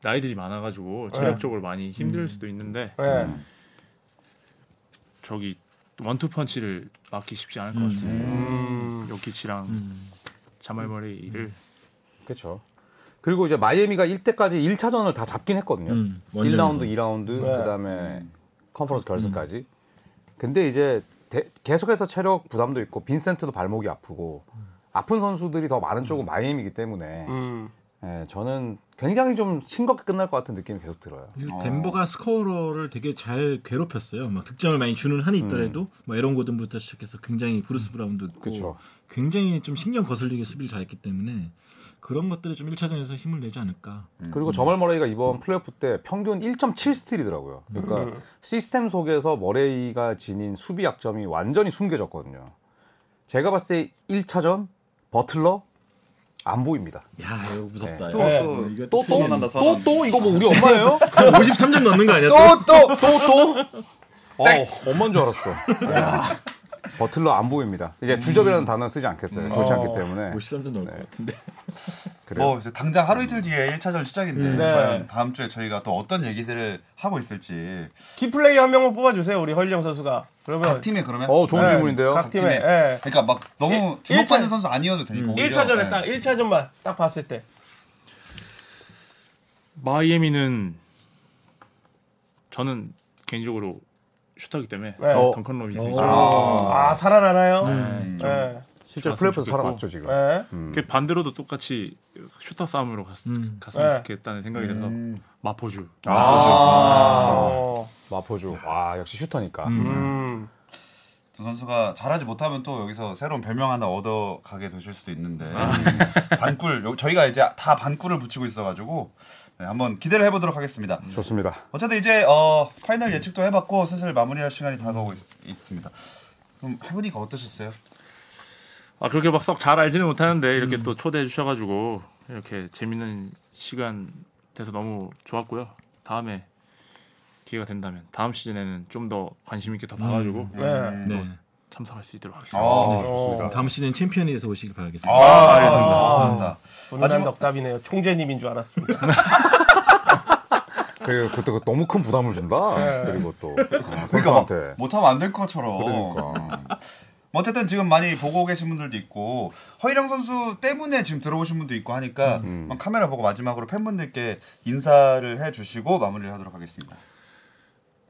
S4: 나이들이 많아가지고 체력적으로 많이 힘들 수도 있는데
S3: 예.
S4: 저기 원투 펀치를 막기 쉽지 않을 것 같아요. 음. 요키치랑 자말 머레이를
S2: 그렇죠. 그리고 이제 마이애미가 1때까지 1차전을 다 잡긴 했거든요.
S5: 음,
S2: 일
S5: 원정에서.
S2: 1라운드, 2라운드,
S3: 네.
S2: 그다음에 컨퍼런스 결승까지. 근데 이제 대- 계속해서 체력 부담도 있고 빈센트도 발목이 아프고 아픈 선수들이 더 많은 쪽은 마이애미이기 때문에
S3: 음.
S2: 예, 저는 굉장히 좀 싱겁게 끝날 것 같은 느낌이 계속 들어요.
S5: 그리고 덴버가 스코어를 되게 잘 괴롭혔어요. 막 득점을 많이 주는 한이 있더라도 뭐 에런 고든부터 시작해서 굉장히 브루스 브라운도 있고
S2: 그쵸.
S5: 굉장히 좀 신경 거슬리게 수비를 잘했기 때문에 그런 것들을 좀 1차전에서 힘을 내지 않을까.
S2: 그리고 저말 머레이가 이번 플레이오프 때 평균 1.7 스틸이더라고요. 그러니까 시스템 속에서 머레이가 지닌 수비 약점이 완전히 숨겨졌거든요. 제가 봤을 때 1차전 버틀러 안 보입니다.
S5: 야, 이거 무섭다.
S2: 네.
S5: 야.
S1: 또,
S3: 네.
S1: 또,
S5: 이거
S2: 또 또
S1: 선언한다,
S2: 또
S1: 선언.
S2: 또 이거 뭐 우리 엄마예요?
S5: 53점 넣는 거 아니야?
S1: 또, 또!
S2: 또 또. 어, 엄마인 줄 알았어. 버틀러 안 보입니다. 이제 주접이라는 단어 쓰지 않겠어요. 좋지 않기 때문에.
S5: 53점 넣을 것 같은데.
S2: 그래요.
S1: 뭐, 이제 당장 하루 이틀 뒤에 1차전 시작인데,
S3: 네.
S1: 과연 다음 주에 저희가 또 어떤 얘기들을 하고 있을지.
S3: 키플레이 한 명만 뽑아주세요. 우리 헐령 선수가. 그러면
S1: 각 팀에 그러면?
S2: 어, 좋은
S1: 네.
S2: 질문인데요.
S3: 각 팀에.
S1: 팀에.
S3: 예.
S1: 그러니까 막 너무
S3: 일-
S1: 주목받는
S3: 일차-
S1: 선수 아니어도 되니까. 오히려.
S3: 1차전에
S1: 네.
S3: 딱 1차전만 딱 봤을 때.
S4: 마이애미는 저는 개인적으로 슈터기 때문에
S3: 네.
S4: 덩- 덩컨 로빈슨이
S3: 아, 살아나나요? 예.
S2: 실제
S4: 좋았으면
S2: 플레이오프
S4: 좋겠고.
S2: 살아났죠 지금.
S3: 예.
S4: 그 반대로도 똑같이 슈터 싸움으로 갔,
S5: 음.
S4: 으면
S3: 네.
S4: 좋겠다는 생각이 들어서 마포주
S3: 어.
S2: 마포주. 와 역시 슈터니까.
S3: 음.
S1: 두그 선수가 잘하지 못하면 또 여기서 새로운 별명 하나 얻어 가게 되실 수도 있는데
S3: 아.
S1: 음, 반꿀 요- 저희가 이제 다 반꿀을 붙이고 있어가지고 네, 한번 기대를 해보도록 하겠습니다.
S3: 음,
S2: 좋습니다.
S1: 어쨌든 이제 어, 파이널 예측도 해봤고 슬슬 마무리할 시간이 다가오고 있, 습니다 그럼 해보니까 어떠셨어요?
S4: 아 그렇게 막 썩 잘 알지는 못하는데 이렇게 또 초대해 주셔가지고 이렇게 재밌는 시간 돼서 너무 좋았고요. 다음에 기회가 된다면 다음 시즌에는 좀 더 관심 있게 더 봐가지고
S1: 음.
S3: 네.
S5: 네.
S4: 참석할 수 있도록 하겠습니다.
S1: 아,
S3: 좋습니다.
S5: 다음 시즌 챔피언에서 오시길 바라겠습니다.
S1: 아, 알겠습니다. 감사합니다.
S3: 훈훈한 덕담이네요. 총재님인 줄 알았습니다.
S2: 그리고 그때 그 너무 큰 부담을 준다. 그리고 또 아,
S1: 그러니까 막
S2: 선수한테
S1: 못하면 안 될 것처럼.
S2: 그러니까.
S1: 뭐 어쨌든 지금 많이 보고 계신 분들도 있고 허일영 선수 때문에 지금 들어오신 분도 있고
S2: 음.
S1: 하니까 한번 카메라 보고 마지막으로 팬분들께 인사를 해주시고 마무리를 하도록 하겠습니다.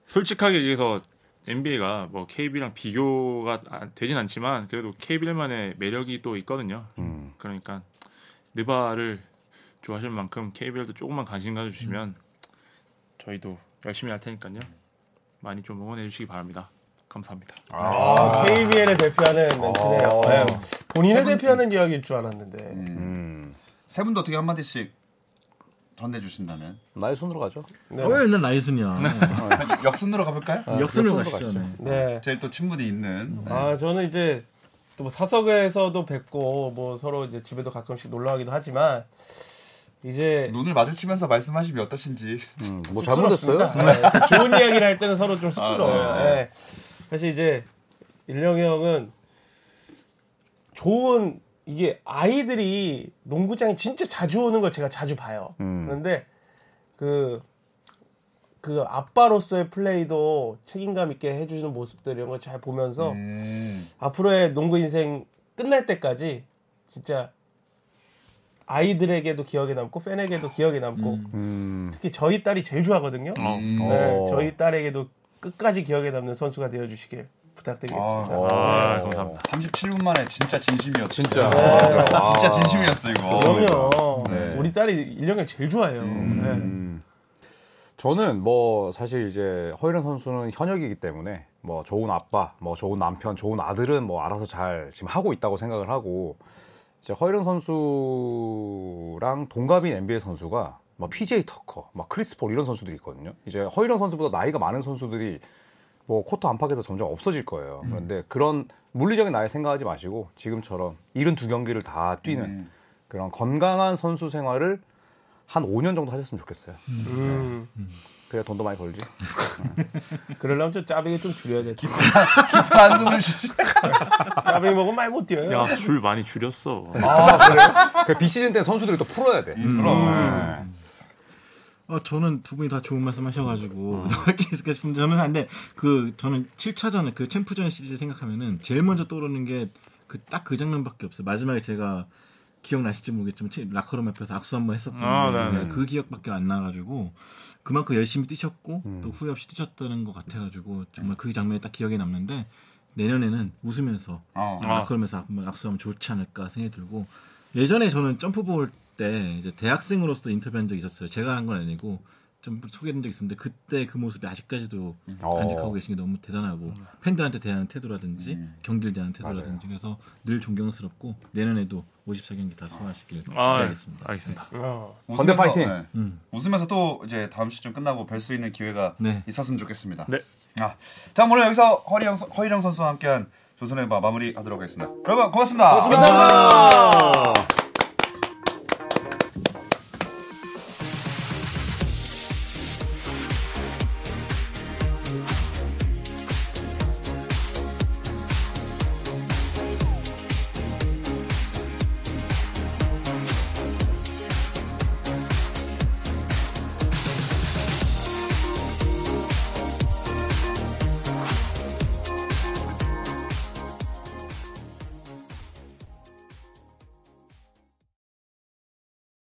S4: 솔직하게 얘기해서 NBA가 뭐 KB랑 비교가 아- 되진 않지만 그래도 KB만의 매력이 또 있거든요.
S2: 음.
S4: 그러니까 느바를 좋아하실 만큼 KBL도 조금만 관심 가져주시면 저희도 열심히 할 테니까요. 많이 좀 응원해 주시기 바랍니다. 감사합니다.
S5: 아,
S3: KBL을 아, 대표하는 멘트네요. 네. 본인을 대표하는 이야기일 줄 알았는데.
S2: 음.
S1: 세 분도 어떻게 한마디씩 전해주신다면
S2: 나의 순으로 가죠.
S3: 네.
S5: 왜 맨날 나이순이야.
S1: 역순으로 가볼까요?
S5: 역순으로
S2: 역순으로
S5: 가시죠.
S2: 가시죠.
S5: 네.
S3: 네.
S1: 제일 또 친분이 있는 네.
S3: 아 저는 이제 또뭐 사석에서도 뵙고 뭐 서로 이제 집에도 가끔씩 놀러 가기도 하지만
S1: 네.
S3: 이제
S1: 눈을 마주치면서 말씀하시면 어떠신지
S2: 음, 뭐
S3: 쑥스럽습니다.
S2: 잘못했어요?
S3: 네. 좋은 이야기를 할 때는 서로 좀 쑥스러워요.
S1: 아,
S3: 네. 사실 이제 일령이 형은 좋은 이게 아이들이 농구장에 진짜 자주 오는 걸 제가 자주 봐요.
S2: 음.
S3: 그런데 그, 그 아빠로서의 플레이도 책임감 있게 해주는 모습들 이런 걸 잘 보면서
S1: 음,
S3: 앞으로의 농구 인생 끝날 때까지 진짜 아이들에게도 기억에 남고 팬에게도 기억에 남고
S2: 음.
S3: 특히 저희 딸이 제일 좋아하거든요.
S1: 음.
S3: 네,
S2: 어.
S3: 저희 딸에게도 끝까지 기억에 남는 선수가 되어주시길 부탁드리겠습니다.
S1: 아,
S4: 아, 감사합니다.
S1: 37분 만에 진짜 진심이었어
S2: 진짜. 아.
S1: 진짜 진심이었어 이거
S3: 그럼요.
S1: 네.
S3: 우리 딸이 일령을 제일 좋아해요. 네.
S2: 저는 뭐 사실 이제 허일은 선수는 현역이기 때문에 뭐 좋은 아빠, 뭐 좋은 남편, 좋은 아들은 뭐 알아서 잘 지금 하고 있다고 생각을 하고 이제 허일은 선수랑 동갑인 NBA 선수가 뭐 PJ 터커, 막 크리스폴 이런 선수들이 있거든요. 이제 허일은 선수보다 나이가 많은 선수들이 뭐 코트 안팎에서 점점 없어질 거예요. 그런데 그런 물리적인 나이 생각하지 마시고 지금처럼 72경기를 다 뛰는 그런 건강한 선수 생활을 한 5년 정도 하셨으면 좋겠어요.
S3: 음,
S2: 그래야 돈도 많이 벌지.
S3: 그러려면 좀 짜배기 좀 줄여야 돼.
S1: 한숨을 쉬
S3: 짜배기 먹으면 많이 못 뛰어요.
S4: 야, 줄 많이 줄였어.
S5: 아,
S2: 그 비시즌 때 선수들이 또 풀어야 돼.
S1: 그럼
S5: 어, 저는 두 분이 다 좋은 말씀 하셔가지고,
S4: 어.
S5: 이렇게 있을까 싶은데, 저는 안 돼. 그, 저는 7차전, 그 챔프전 시리즈 생각하면은, 제일 먼저 떠오르는 게, 그, 딱 그 장면밖에 없어요. 마지막에 제가, 기억나실지 모르겠지만, 치- 라커룸 앞에서 악수 한번 했었던
S4: 아,
S5: 거,
S4: 네네.
S5: 그 기억밖에 안 나가지고, 그만큼 열심히 뛰셨고, 또 후회 없이 뛰셨다는 것 같아가지고, 정말 그 장면이 딱 기억에 남는데, 내년에는 웃으면서,
S1: 어.
S4: 아.
S5: 라커룸에서 한번 악수하면 좋지 않을까 생각이 들고, 예전에 저는 점프 볼 때 이제 대학생으로서 인터뷰한 적이 있었어요. 제가 한 건 아니고 좀 소개된 적이 있었는데 그때 그 모습이 아직까지도
S4: 어.
S5: 간직하고 계신 게 너무 대단하고
S4: 음.
S5: 팬들한테 대하는 태도라든지 경기를 대하는 태도라든지 그래서 늘 존경스럽고 내년에도 54경기 다 소화하시길
S4: 아,
S5: 바라겠습니다.
S4: 알겠습니다.
S3: 어.
S1: 웃으면서,
S2: 건대 파이팅!
S1: 네.
S5: 음.
S1: 웃으면서 또 이제 다음 시즌 끝나고 뵐 수 있는 기회가
S5: 네.
S1: 있었으면 좋겠습니다.
S4: 네.
S1: 아, 자 오늘 여기서 허리영 선- 허일영 선수와 함께한 조선의 바 마무리하도록 하겠습니다. 여러분 고맙습니다.
S2: 감사합니다.